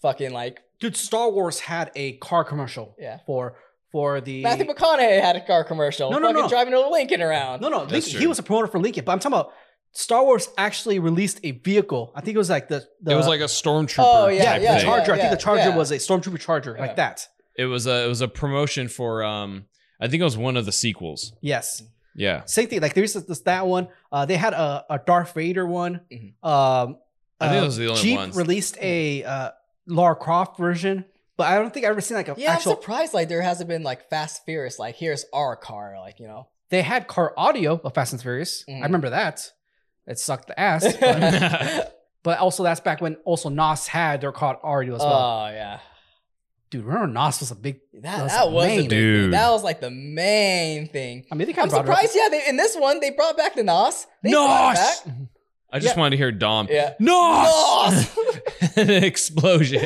Speaker 2: fucking like
Speaker 3: dude. Star Wars had a car commercial
Speaker 2: yeah.
Speaker 3: for for the
Speaker 2: Matthew McConaughey had a car commercial.
Speaker 3: No, no,
Speaker 2: fucking
Speaker 3: no.
Speaker 2: driving a Lincoln around.
Speaker 3: no, no.
Speaker 1: That's
Speaker 3: Lincoln, he
Speaker 1: true.
Speaker 3: was a promoter for Lincoln, but I'm talking about Star Wars actually released a vehicle. I think it was like the, the
Speaker 1: it was like a stormtrooper.
Speaker 2: Oh, yeah,
Speaker 3: yeah,
Speaker 1: type
Speaker 3: the
Speaker 1: thing.
Speaker 3: Charger. I
Speaker 2: yeah,
Speaker 3: think the Charger
Speaker 2: yeah.
Speaker 3: was a Stormtrooper Charger
Speaker 2: Yeah.
Speaker 3: like that.
Speaker 1: It was a it was a promotion for um I think it was one of the sequels.
Speaker 3: Yes,
Speaker 1: Yeah.
Speaker 3: same thing. Like there's this, that one. Uh, they had a, a Darth Vader one.
Speaker 2: Mhm.
Speaker 3: Um,
Speaker 1: I think
Speaker 3: uh,
Speaker 1: those are the only
Speaker 3: Jeep
Speaker 1: ones.
Speaker 3: released
Speaker 2: Hmm.
Speaker 3: a uh, Lara Croft version, but I don't think I have ever seen like an
Speaker 2: Yeah,
Speaker 3: actual.
Speaker 2: I'm surprised like there hasn't been like Fast Furious, like here's our car, like, you know.
Speaker 3: they had car audio of Fast and Furious.
Speaker 2: Mhm.
Speaker 3: I remember that. It sucked the ass. But, but also that's back when also Nos had their car audio as well.
Speaker 2: Oh yeah.
Speaker 3: Dude, remember Nos was a big.
Speaker 2: That,
Speaker 3: That was
Speaker 2: that
Speaker 3: the
Speaker 2: was the
Speaker 3: main
Speaker 2: big
Speaker 1: Dude.
Speaker 2: thing. That was like the main thing.
Speaker 3: I mean, they kind
Speaker 2: I'm
Speaker 3: of brought
Speaker 2: surprised. Yeah, they, in this one they brought back the Nos. They
Speaker 3: it
Speaker 2: brought
Speaker 3: up.
Speaker 2: it back.
Speaker 3: Nos.
Speaker 1: I just wanted to hear Dom.
Speaker 2: Yeah.
Speaker 1: Nos! An explosion.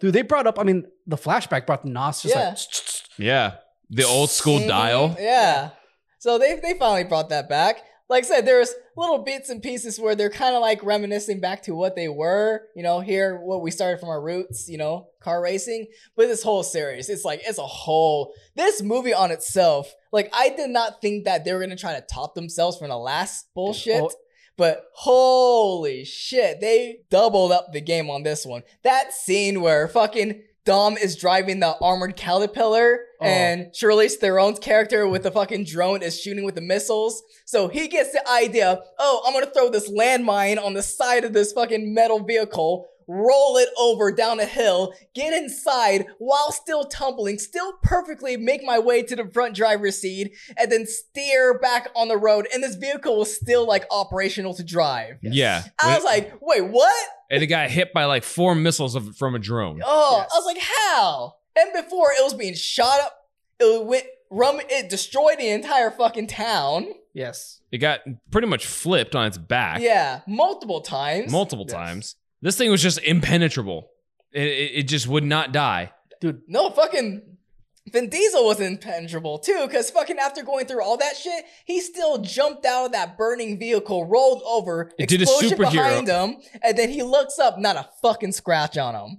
Speaker 3: Dude, they brought up. I mean, the flashback brought the Nos just
Speaker 2: Yeah.
Speaker 3: like. tsk, tsk, tsk.
Speaker 1: Yeah. The old school
Speaker 2: Mhm,
Speaker 1: dial.
Speaker 2: Yeah. So they they finally brought that back. Like I said, there's little bits and pieces where they're kind of like reminiscing back to what they were, you know, here what we started from our roots, you know, car racing. But this whole series, it's like it's a whole this movie on itself. Like I did not think that they were gonna try to top themselves from the last bullshit.
Speaker 3: Oh.
Speaker 2: But holy shit, they doubled up the game on this one. That scene where fucking Dom is driving the armored caterpillar
Speaker 3: Oh.
Speaker 2: and Charlize Theron's character with the fucking drone is shooting with the missiles. So he gets the idea, oh, I'm gonna throw this landmine on the side of this fucking metal vehicle, roll it over down a hill, get inside while still tumbling, still perfectly make my way to the front driver's seat, and then steer back on the road. And this vehicle was still like operational to drive.
Speaker 1: Yeah.
Speaker 2: I was like, wait, what?
Speaker 1: and it got hit by like four missiles of, from a drone.
Speaker 2: Oh,
Speaker 3: Yes.
Speaker 2: I was like, how? And before it was being shot up, it went rum, it destroyed the entire fucking town.
Speaker 3: Yes.
Speaker 1: It got pretty much flipped on its back
Speaker 2: Yeah, multiple times.
Speaker 1: multiple
Speaker 3: Yes.
Speaker 1: times. This thing was just impenetrable. It, it, it just would not die.
Speaker 3: Dude,
Speaker 2: no, fucking Vin Diesel was impenetrable too, because fucking after going through all that shit, he still jumped out of that burning vehicle, rolled over,
Speaker 1: It did a
Speaker 2: explosion
Speaker 1: superhero.
Speaker 2: behind him, and then he looks up, not a fucking scratch on him.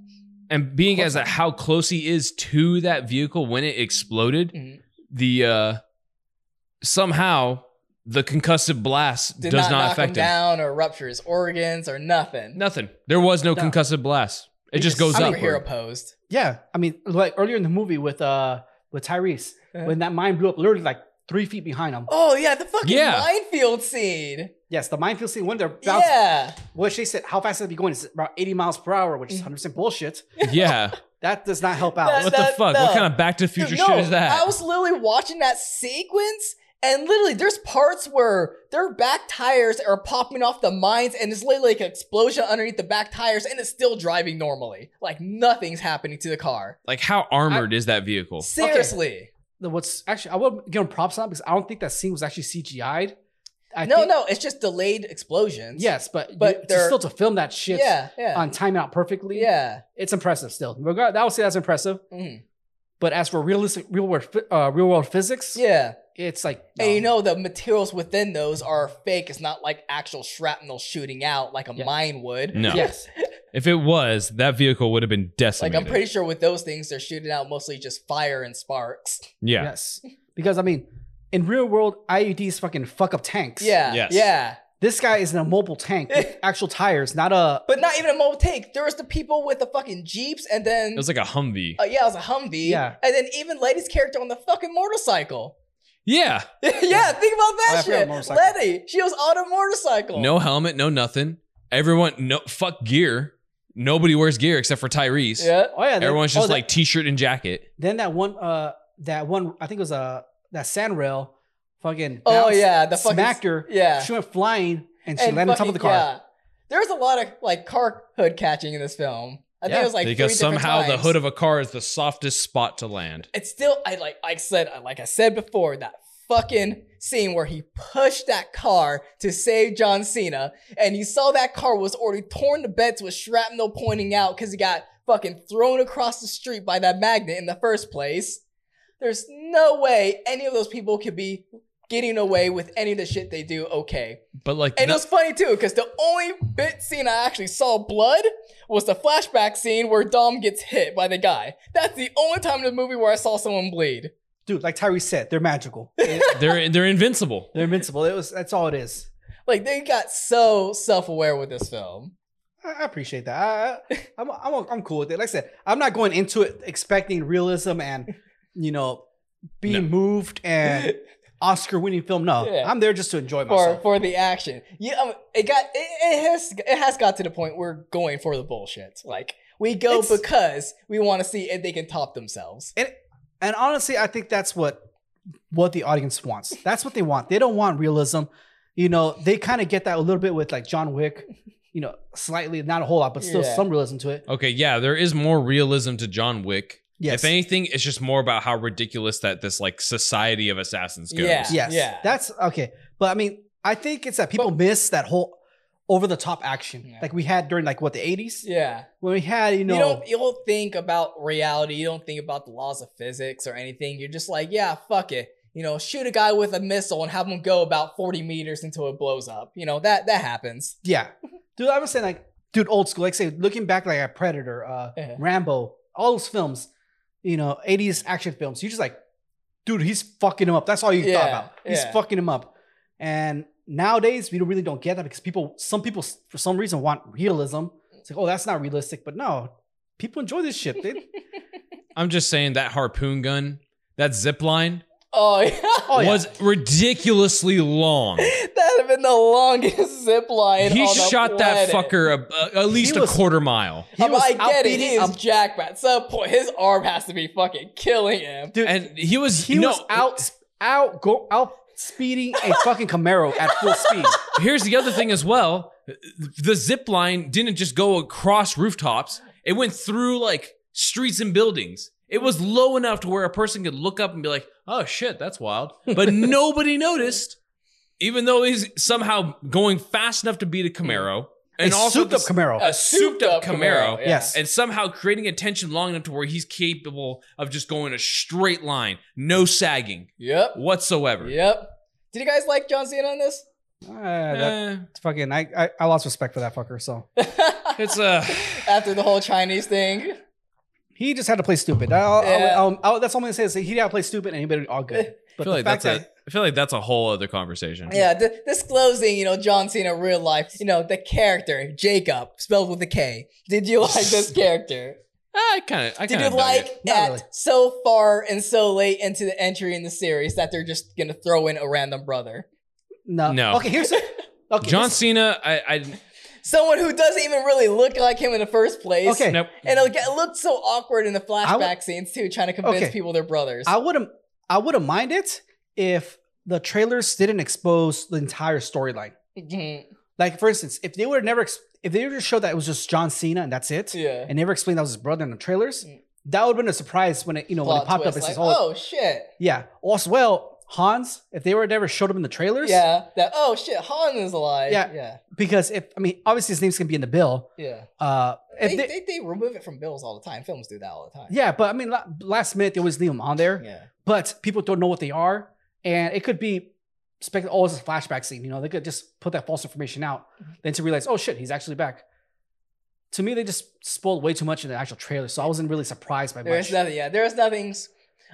Speaker 1: And being as a, how close he is to that vehicle when it exploded,
Speaker 2: Mhm.
Speaker 1: the uh somehow the concussive blast
Speaker 2: Did
Speaker 1: does
Speaker 2: not,
Speaker 1: not,
Speaker 2: knock him
Speaker 1: affect him.
Speaker 2: down or rupture his organs or nothing.
Speaker 1: Nothing. There was no,
Speaker 3: No.
Speaker 1: concussive blast. It
Speaker 3: He
Speaker 1: just
Speaker 3: just-
Speaker 1: goes
Speaker 2: superhero
Speaker 1: upward.
Speaker 2: posed.
Speaker 3: yeah. I mean, like earlier in the movie with uh with Tyrese, when that mine blew up, literally like three feet behind them.
Speaker 2: Oh yeah, the fucking
Speaker 1: Yeah.
Speaker 2: minefield scene.
Speaker 3: Yes, the minefield scene. When they're about,
Speaker 2: Yeah.
Speaker 3: which they said, how fast is it be going? It's about 80 miles per hour, which is 100 percent bullshit.
Speaker 1: Yeah.
Speaker 3: That does not help out.
Speaker 2: Mm. That-
Speaker 1: What the fuck? What
Speaker 2: no.
Speaker 1: kind of Back to the Future
Speaker 2: Dude, no,
Speaker 1: shit is that?
Speaker 2: I was literally watching that sequence, and literally, there's parts where their back tires are popping off the mines, and it's literally like an explosion underneath the back tires, and it's still driving normally. Like nothing's happening to the car.
Speaker 1: like, how armored is that vehicle?
Speaker 2: Seriously.
Speaker 3: The- What's actually I would give them props on because I don't think that scene was actually CGI'd. I
Speaker 2: no,
Speaker 3: think-
Speaker 2: no, it's just delayed explosions.
Speaker 3: Yes, but
Speaker 2: But
Speaker 3: but
Speaker 2: they're-
Speaker 3: still to film that shit
Speaker 2: Yeah. Yeah.
Speaker 3: on time out perfectly.
Speaker 2: yeah.
Speaker 3: it's impressive still. Regard, I would say that's impressive.
Speaker 2: mhm,
Speaker 3: But as for realistic real world phy- uh, real world physics,
Speaker 2: Yeah.
Speaker 3: it's like
Speaker 2: And you
Speaker 3: no.
Speaker 2: know the materials within those are fake. It's not like actual shrapnel shooting out like a
Speaker 3: Yeah.
Speaker 2: mine would.
Speaker 1: No.
Speaker 3: Yes,
Speaker 1: If it was, that vehicle would have been
Speaker 2: Like
Speaker 1: decimated.
Speaker 2: I'm pretty sure with those things they're shooting out mostly just fire and sparks.
Speaker 1: Yeah.
Speaker 3: yes. Because I mean, in real world, IEDs fucking fuck up tanks.
Speaker 2: Yeah.
Speaker 1: Yes.
Speaker 2: Yeah.
Speaker 3: This guy is in a mobile tank with actual tires, not a.
Speaker 2: But not even a mobile tank. There was the people with the fucking jeeps, and then
Speaker 1: It was like a Humvee.
Speaker 2: uh, yeah, it was a Humvee.
Speaker 3: Yeah.
Speaker 2: and then even Letty's character on the fucking motorcycle.
Speaker 1: yeah.
Speaker 2: yeah, think about
Speaker 3: Oh, I
Speaker 2: that
Speaker 3: forgot
Speaker 2: shit.
Speaker 3: motorcycle.
Speaker 2: Letty, she was on a motorcycle.
Speaker 1: No helmet, no nothing. Everyone, no fuck gear. Nobody wears gear except for Tyrese.
Speaker 2: Yeah.
Speaker 3: Oh yeah, then-
Speaker 1: Everyone's
Speaker 3: oh,
Speaker 1: just
Speaker 3: that-
Speaker 1: like t-shirt and jacket.
Speaker 3: then that one, uh, that one. I think it was uh, that sandrail, fucking.
Speaker 2: Oh
Speaker 3: bounced,
Speaker 2: yeah, the fucking
Speaker 3: smacked her.
Speaker 2: yeah.
Speaker 3: She went flying and she
Speaker 2: And
Speaker 3: landed on top of
Speaker 2: fucking-
Speaker 3: the car.
Speaker 2: Yeah. There's a lot of like car hood catching in this film. I think
Speaker 3: Yeah,
Speaker 2: it was like
Speaker 1: because
Speaker 2: three different
Speaker 1: somehow the
Speaker 2: times.
Speaker 1: hood of a car is the softest spot to land.
Speaker 2: it's still I like I said like I said before that fucking scene where he pushed that car to save John Cena and you saw that car was already torn to bits with shrapnel pointing out cuz he got fucking thrown across the street by that magnet in the first place. There's no way any of those people could be getting away with any of the shit they do okay.
Speaker 1: But like
Speaker 2: And
Speaker 1: no-
Speaker 2: it was funny too, because the only bit scene I actually saw blood was the flashback scene where Dom gets hit by the guy. That's the only time in the movie where I saw someone bleed.
Speaker 3: Dude, like Tyrese said, they're magical.
Speaker 1: they're they're invincible.
Speaker 3: They're invincible. It was that's all it is.
Speaker 2: Like they got so self-aware with this film.
Speaker 3: I I appreciate that. I, I- I'm, I'm I'm cool with it. Like I said, I'm not going into it expecting realism and you know being
Speaker 1: No.
Speaker 3: moved and Oscar-winning film. No,
Speaker 2: Yeah.
Speaker 3: I'm there just to enjoy
Speaker 2: For
Speaker 3: myself.
Speaker 2: for the action, yeah, um, it got it, it has it has got to the point we're going for the bullshit. Like we go
Speaker 3: It's-
Speaker 2: because we want to see if they can top themselves.
Speaker 3: and honestly, I think that's what what the audience wants. That's what they want. They don't want realism. You know, they kind of get that a little bit with like John Wick. You know, slightly, not a whole lot, but still
Speaker 2: Yeah.
Speaker 3: some realism to it.
Speaker 1: Okay, yeah, there is more realism to John Wick.
Speaker 3: Yes.
Speaker 1: If anything, it's just more about how ridiculous that this like society of assassins goes.
Speaker 2: Yeah.
Speaker 3: Yes.
Speaker 2: Yeah.
Speaker 3: That's okay. But I mean, I think it's that people miss that whole over the top action
Speaker 2: Yeah.
Speaker 3: like we had during like what the 80s
Speaker 2: Yeah,
Speaker 3: when we had you know
Speaker 2: you don't you don't think about reality. You don't think about the laws of physics or anything. You're just like, yeah, fuck it. You know, shoot a guy with a missile and have him go about 40 meters until it blows up. You know that that happens.
Speaker 3: yeah dude i was saying like dude old school like say looking back like a predator uh
Speaker 2: Yeah.
Speaker 3: rambo all those films you know 80s action films you just like dude he's fucking him up that's all you thought
Speaker 2: Yeah,
Speaker 3: about he's
Speaker 2: yeah.
Speaker 3: fucking him up and nowadays we don't really don't get that because people some people s- for some reason want realism it's like oh that's not realistic but no people enjoy this shit they,
Speaker 1: I'm just saying that harpoon gun, that zip line
Speaker 2: Oh yeah,
Speaker 3: oh yeah
Speaker 1: was ridiculously long.
Speaker 2: that'd have been the longest zip line.
Speaker 1: he
Speaker 2: on the
Speaker 1: shot that
Speaker 2: planet.
Speaker 1: fucker a, a, at least
Speaker 3: was-
Speaker 1: a quarter mile.
Speaker 3: He
Speaker 2: I mean,
Speaker 3: was
Speaker 2: I get it.
Speaker 3: outbeating-
Speaker 2: He is
Speaker 3: out-
Speaker 2: Jack, but at some point, his arm has to be fucking killing him.
Speaker 3: dude
Speaker 1: And he was
Speaker 3: He
Speaker 1: no,
Speaker 3: was out, out, go out speeding a fucking Camaro at full speed.
Speaker 1: Here's the other thing as well. The zip line didn't just go across rooftops. It went through like streets and buildings. It was low enough to where a person could look up and be like, "Oh shit, that's wild." But nobody noticed, even though he's somehow going fast enough to beat a Camaro and
Speaker 3: a
Speaker 1: also
Speaker 3: souped up
Speaker 1: this-
Speaker 3: Camaro.
Speaker 1: a souped up Camaro.
Speaker 2: yeah.
Speaker 3: Yes.
Speaker 1: and somehow creating a tension long enough to where he's capable of just going a straight line, no sagging
Speaker 2: Yep.
Speaker 1: whatsoever.
Speaker 2: Yep. Did you guys like John Cena in this?
Speaker 3: Ah, that
Speaker 1: Eh,
Speaker 3: fucking, I, I, I lost respect for that fucker. So
Speaker 1: it's uh, a
Speaker 2: After the whole Chinese thing.
Speaker 3: he just had to play stupid. I'll,
Speaker 2: Yeah.
Speaker 3: I'll, I'll, I'll, that's all I'm gonna say is he had to play stupid, and he better be all good.
Speaker 1: I feel
Speaker 3: But the
Speaker 1: like
Speaker 3: fact
Speaker 1: that's
Speaker 3: that
Speaker 1: a I feel like that's a whole other conversation.
Speaker 2: Yeah, d- disclosing, you know, John Cena real life, you know, the character, Jacob, spelled with a K. Did you like this character?
Speaker 1: I kind of. I
Speaker 2: Did
Speaker 1: kind
Speaker 2: you
Speaker 1: of
Speaker 2: like
Speaker 3: Not
Speaker 2: that
Speaker 3: really.
Speaker 2: so far and so late into the entry in the series that they're just gonna throw in a random brother?
Speaker 3: No.
Speaker 1: No.
Speaker 3: Okay, here's a, okay.
Speaker 1: John
Speaker 3: this-
Speaker 1: Cena? I. I
Speaker 2: Someone who doesn't even really look like him in the first place.
Speaker 3: Okay.
Speaker 1: nope.
Speaker 2: And it'll get- it looked so awkward in the flashback
Speaker 3: w-
Speaker 2: scenes too, trying to convince
Speaker 3: Okay.
Speaker 2: people they're brothers.
Speaker 3: I wouldn't I wouldn't mind it if the trailers didn't expose the entire storyline.
Speaker 2: Mhm.
Speaker 3: Like for instance, if they would never ex- if they were to show that it was just John Cena and that's it,
Speaker 2: yeah.
Speaker 3: and never explained that was his brother in the trailers,
Speaker 2: Mm.
Speaker 3: that would have been a surprise when it you know when it
Speaker 2: Plot
Speaker 3: popped up.
Speaker 2: twist,
Speaker 3: It says,
Speaker 2: like,
Speaker 3: "Oh,
Speaker 2: oh shit.
Speaker 3: yeah." Also, well, Hans, if they were to never showed him in the trailers,
Speaker 2: Yeah. That oh shit, Han is alive.
Speaker 3: Yeah.
Speaker 2: Yeah.
Speaker 3: because if I mean, obviously his name's gonna be in the bill.
Speaker 2: Yeah.
Speaker 3: Uh, if
Speaker 2: They,
Speaker 3: they-
Speaker 2: they, they, remove it from bills all the time. Films do that all the time.
Speaker 3: yeah, but I mean, la- last minute they always leave him on there,
Speaker 2: Yeah.
Speaker 3: but people don't know what they are, and it could be spec oh, it's a flashback scene. You know, they could just put that false information out,
Speaker 2: Mm-hmm.
Speaker 3: then to realize, oh shit, he's actually back. To me, they just spoiled way too much in the actual trailer, so I wasn't really surprised by
Speaker 2: There's
Speaker 3: much.
Speaker 2: nothing. Yeah, there's nothing. s-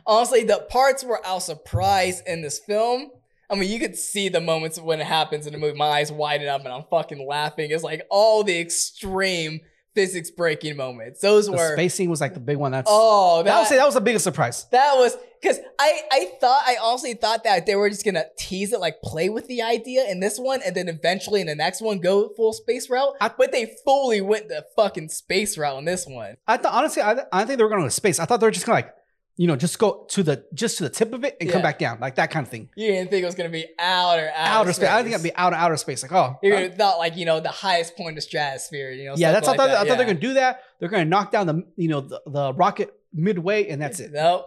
Speaker 2: Honestly, the parts where I was surprised in this film. I mean, you could see the moments when it happens in the movie. My eyes widen up and I'm fucking laughing. It's like all the extreme physics breaking moments. Those
Speaker 3: the
Speaker 2: were
Speaker 3: space scene was like the big one. That's
Speaker 2: oh,
Speaker 3: that, I would
Speaker 2: that,
Speaker 3: say that was the biggest surprise.
Speaker 2: That was because I I thought I honestly thought that they were just gonna tease it, like play with the idea in this one, and then eventually in the next one go full space route.
Speaker 3: I-
Speaker 2: but they fully went the fucking space route in this one.
Speaker 3: I thought honestly, I, I don't think they were going to space. I thought they were just going to like, you know, just go to the just to the tip of it and come
Speaker 2: Yeah.
Speaker 3: back down, like that kind of thing.
Speaker 2: You didn't think it was gonna be outer outer,
Speaker 3: Outer space. I don't think it'd be out of outer space. Like, oh,
Speaker 2: You
Speaker 3: uh,
Speaker 2: would have thought like you know the highest point of stratosphere. You know.
Speaker 3: yeah, that's. I
Speaker 2: something like
Speaker 3: thought. I thought
Speaker 2: that.
Speaker 3: they're going to do that. They're going to knock down the you know the, the rocket midway, and that's
Speaker 2: Yeah.
Speaker 3: it.
Speaker 2: Nope.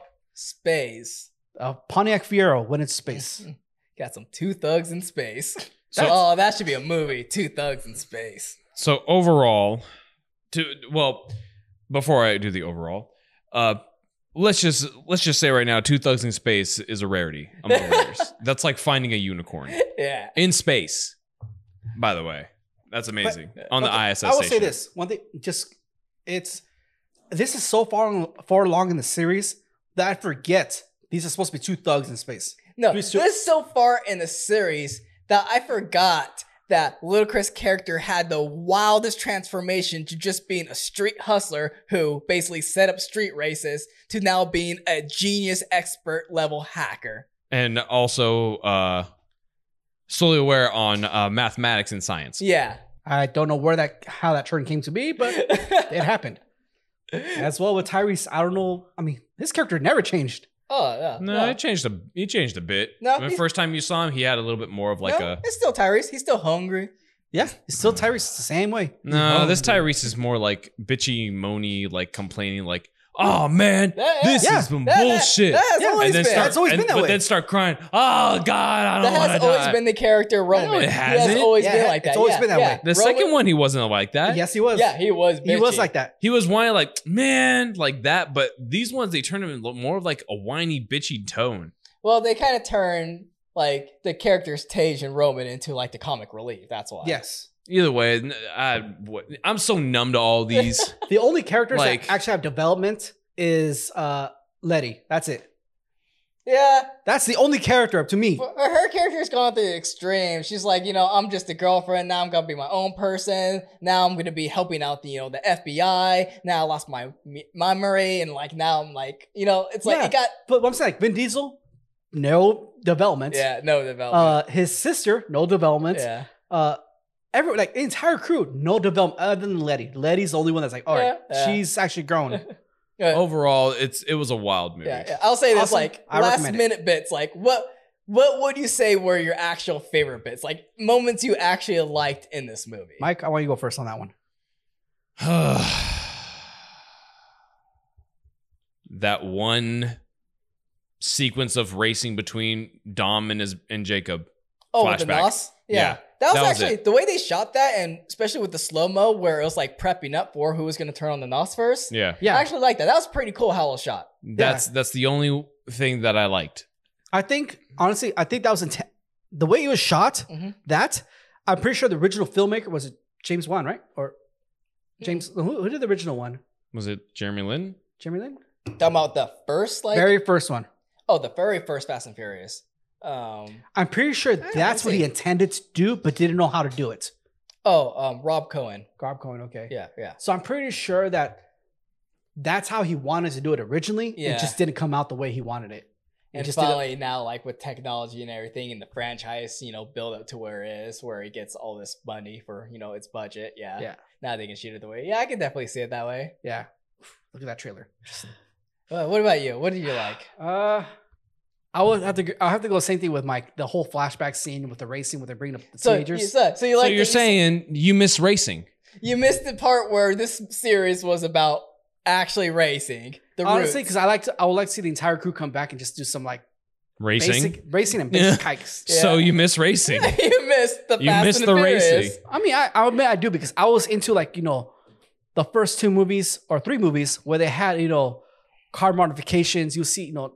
Speaker 2: Space.
Speaker 3: Uh, Pontiac Fiero when it's space.
Speaker 2: Got some two thugs in space.
Speaker 1: So-
Speaker 2: oh, that should be a movie. Two thugs in space.
Speaker 1: So overall, to well, before I do the overall, uh, let's just let's just say right now, two thugs in space is a rarity among rares. That's like finding a unicorn
Speaker 2: Yeah.
Speaker 1: in space. By the way, that's amazing on the
Speaker 3: uh, Okay,
Speaker 1: ISS.
Speaker 3: I will say
Speaker 1: station.
Speaker 3: this one thing. Just it's this is so far far along in the series that I forget these are supposed to be two thugs in space.
Speaker 2: No,
Speaker 3: Who's
Speaker 2: this
Speaker 3: so-
Speaker 2: is so far in the series that I forgot that Ludacris' character had the wildest transformation to just being a street hustler who basically set up street races to now being a genius expert level hacker.
Speaker 1: and also uh, slowly aware on uh, mathematics and science.
Speaker 2: Yeah.
Speaker 3: I don't know where that how that turn came to be, but it happened. As well with Tyrese, I don't know. I mean, his character never changed.
Speaker 2: oh, yeah.
Speaker 1: No, it changed a he changed a bit.
Speaker 2: No,
Speaker 1: the
Speaker 2: he-
Speaker 1: first time you saw him, he had a little bit more of like
Speaker 2: no,
Speaker 1: a
Speaker 2: it's still Tyrese. He's still hungry.
Speaker 3: Yeah, it's still Tyrese it's the same way.
Speaker 1: no. This
Speaker 3: Tyrese.
Speaker 1: Tyrese is more like bitchy, moany, like complaining, like oh man,
Speaker 2: Yeah, yeah.
Speaker 1: this
Speaker 3: Yeah.
Speaker 1: has been
Speaker 2: That- that-
Speaker 1: bullshit.
Speaker 2: That has
Speaker 3: Yeah,
Speaker 2: always
Speaker 1: and then
Speaker 2: been.
Speaker 1: start,
Speaker 3: That's always
Speaker 1: and-
Speaker 3: been that
Speaker 1: but
Speaker 3: way.
Speaker 1: then start crying. Oh God, I don't
Speaker 2: that
Speaker 1: want to
Speaker 2: has always
Speaker 1: die.
Speaker 2: been the character Roman.
Speaker 1: it
Speaker 2: he has
Speaker 1: hasn't.
Speaker 2: always
Speaker 3: Yeah,
Speaker 2: been like
Speaker 3: it's
Speaker 2: that.
Speaker 3: always
Speaker 2: yeah,
Speaker 3: been that
Speaker 2: yeah.
Speaker 3: way.
Speaker 1: the
Speaker 2: Roman-
Speaker 1: second one, he wasn't like that.
Speaker 3: Yes, he was.
Speaker 2: Yeah, he was.
Speaker 3: he was
Speaker 2: bitchy.
Speaker 3: like that.
Speaker 1: He was whiny, like man, like that. But these ones, they turned him in more of like a whiny, bitchy tone.
Speaker 2: Well, they kind of turn like the characters Tage and Roman into like the comic relief. That's why.
Speaker 3: Yes.
Speaker 1: Either way, n- I what, I'm so numb to all these.
Speaker 3: The only characters
Speaker 1: Like-
Speaker 3: that actually have development is uh Letty. That's it.
Speaker 2: Yeah.
Speaker 3: That's the only character to me.
Speaker 2: but Her character's gone through the extreme. She's like, you know, I'm just a girlfriend. Now I'm gonna be my own person. Now I'm gonna be helping out the, you know, the FBI. Now I lost my me- memory, and like now I'm like, you know, it's like
Speaker 3: Yeah.
Speaker 2: it got
Speaker 3: But what I'm saying, like Vin Diesel, no development.
Speaker 2: yeah, no development.
Speaker 3: Uh, his sister, no development.
Speaker 2: yeah,
Speaker 3: Uh, every like the entire crew, no development other than Letty. Letty's the only one that's like, all right,
Speaker 2: Yeah.
Speaker 3: she's actually grown.
Speaker 2: Uh,
Speaker 1: Overall, it's it was a wild movie.
Speaker 2: Yeah, yeah. I'll say this
Speaker 3: Awesome.
Speaker 2: like
Speaker 3: I
Speaker 2: last
Speaker 3: recommend it.
Speaker 2: minute bits. Like what what would you say were your actual favorite bits? Like moments you actually liked in this movie.
Speaker 3: Mike, I want you to go first on that one.
Speaker 1: that one sequence of racing between Dom and his and Jacob.
Speaker 2: oh, with the
Speaker 1: flashback.
Speaker 2: NOS? Yeah.
Speaker 1: Yeah,
Speaker 2: That was
Speaker 1: that was
Speaker 2: actually the way they shot that and especially with the slow mo where it was like prepping up for who was gonna turn on the NOS first.
Speaker 1: Yeah.
Speaker 3: Yeah,
Speaker 2: I actually like that. That was pretty cool how it was shot.
Speaker 1: That's that's the only thing that I liked.
Speaker 3: I think honestly, I think that was inten- the way it was shot.
Speaker 2: Mhm.
Speaker 3: That I'm pretty sure the original filmmaker was James Wan, right? Or James who, who did the original one?
Speaker 1: Was it Jeremy Lin?
Speaker 3: Jeremy Lin,
Speaker 2: Talking about the first like
Speaker 3: very first one.
Speaker 2: oh the very first Fast and Furious. Um
Speaker 3: I'm pretty sure
Speaker 2: don't
Speaker 3: that's what he
Speaker 2: see.
Speaker 3: intended to do, but didn't know how to do it.
Speaker 2: oh um Rob Cohen.
Speaker 3: Garb Cohen, okay.
Speaker 2: Yeah, yeah.
Speaker 3: So I'm pretty sure that that's how he wanted to do it originally.
Speaker 2: Yeah.
Speaker 3: It just didn't come out the way he wanted it. It
Speaker 2: And
Speaker 3: just didn't-
Speaker 2: finally, now like with technology and everything, and the franchise, you know, build up to where it is, where it gets all this money for you know its budget. Yeah,
Speaker 3: Yeah.
Speaker 2: Now they can shoot it the way. Yeah, I can definitely see it that way.
Speaker 3: yeah. Look at that trailer.
Speaker 2: Uh, what about you? What do you like?
Speaker 3: Uh, I would have to. g- I'll have to go same thing with Mike. The whole flashback scene with the racing, with they're bringing up the
Speaker 2: So, you,
Speaker 3: teenagers.
Speaker 2: so, so you
Speaker 1: so
Speaker 2: like?
Speaker 1: you're
Speaker 2: the-
Speaker 1: saying you miss racing?
Speaker 2: you missed the part where this series was about actually racing. The
Speaker 3: Honestly,
Speaker 2: roots.
Speaker 3: because I like to. I would like to see the entire crew come back and just do some like
Speaker 1: Racing.
Speaker 3: basic racing and basic hikes.
Speaker 1: So
Speaker 2: Yeah.
Speaker 1: you miss racing.
Speaker 2: you missed the
Speaker 1: You
Speaker 2: Fast
Speaker 1: missed
Speaker 2: and
Speaker 1: the
Speaker 2: Furious.
Speaker 1: racing.
Speaker 3: I mean, I, I admit I do because I was into like you know, the first two movies or three movies where they had you know, car modifications. You see, you know,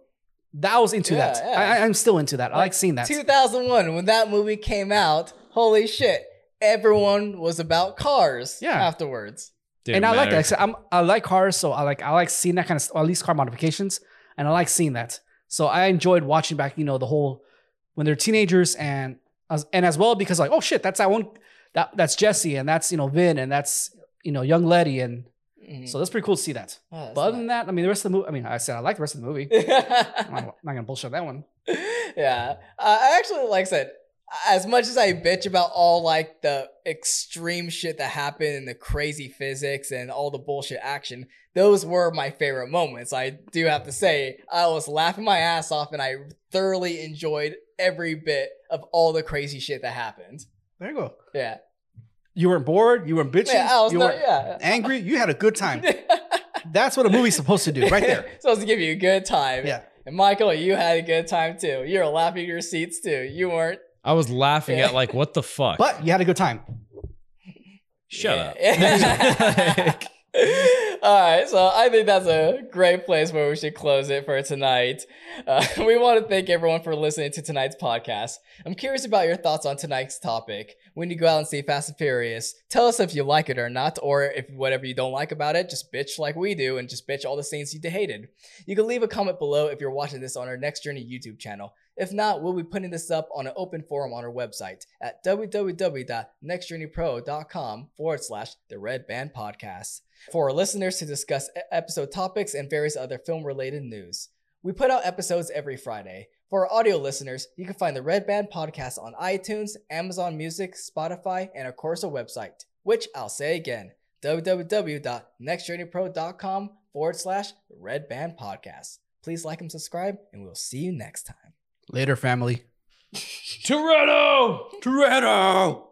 Speaker 3: that I was into
Speaker 2: Yeah,
Speaker 3: that.
Speaker 2: yeah.
Speaker 3: I, I- I'm still into that. I like
Speaker 2: Like,
Speaker 3: seeing that.
Speaker 2: 2001 when that movie came out. Holy shit! Everyone was about cars.
Speaker 3: Yeah.
Speaker 2: Afterwards.
Speaker 1: Didn't
Speaker 3: and I like
Speaker 1: matter.
Speaker 3: that. So I'm, I like cars, so I like I like seeing that kind of, st- or at least car modifications, and I like seeing that. So I enjoyed watching back, you know, the whole when they're teenagers, and as, and as well because like, oh shit, that's I won't that that's Jesse, and that's you know Vin, and that's you know young Letty, and
Speaker 2: Mhm.
Speaker 3: so that's pretty cool to see that.
Speaker 2: Oh, that's
Speaker 3: But other
Speaker 2: nice.
Speaker 3: than that, I mean, the rest of the movie. I mean, I said I like the rest of the movie. I'm not,
Speaker 2: yeah,
Speaker 3: I'm not gonna bullshit that one.
Speaker 2: uh, I actually like I said as much as I bitch about all like the extreme shit that happened and the crazy physics and all the bullshit action, those were my favorite moments. I do have to say I was laughing my ass off and I thoroughly enjoyed every bit of all the crazy shit that happened.
Speaker 3: There you go.
Speaker 2: Yeah,
Speaker 3: You weren't bored. You weren't bitching.
Speaker 2: yeah, I was
Speaker 3: you
Speaker 2: not,
Speaker 3: weren't
Speaker 2: yeah.
Speaker 3: angry. You had a good time. That's what a movie's supposed to do, right there.
Speaker 2: Supposed to give you a good time.
Speaker 3: Yeah.
Speaker 2: And Michael, you had a good time too. You were laughing your seats too. You weren't.
Speaker 1: I was laughing
Speaker 2: Yeah.
Speaker 1: at like what the fuck.
Speaker 3: But you had a good time.
Speaker 1: Shut
Speaker 2: Yeah.
Speaker 1: up.
Speaker 2: All right, so I think that's a great place where we should close it for tonight. Uh, we want to thank everyone for listening to tonight's podcast. I'm curious about your thoughts on tonight's topic. When you go out and see Fast and Furious, tell us if you like it or not, or if whatever you don't like about it, just bitch like we do and just bitch all the scenes you hated. You can leave a comment below if you're watching this on our Next Journey YouTube channel. If not, we'll be putting this up on an open forum on our website at www.nextjourneypro.com forward slash the Red Band Podcast for our listeners to discuss e- episode topics and various other film related news. We put out episodes every Friday. For our audio listeners, you can find the Red Band Podcast on iTunes, Amazon Music, Spotify, and of course our website, which I'll say again www.nextjourneypro.com forward slash Red Band Podcast. Please like and subscribe, and we'll see you next time.
Speaker 3: Later, family.
Speaker 1: Toretto.
Speaker 3: Toretto.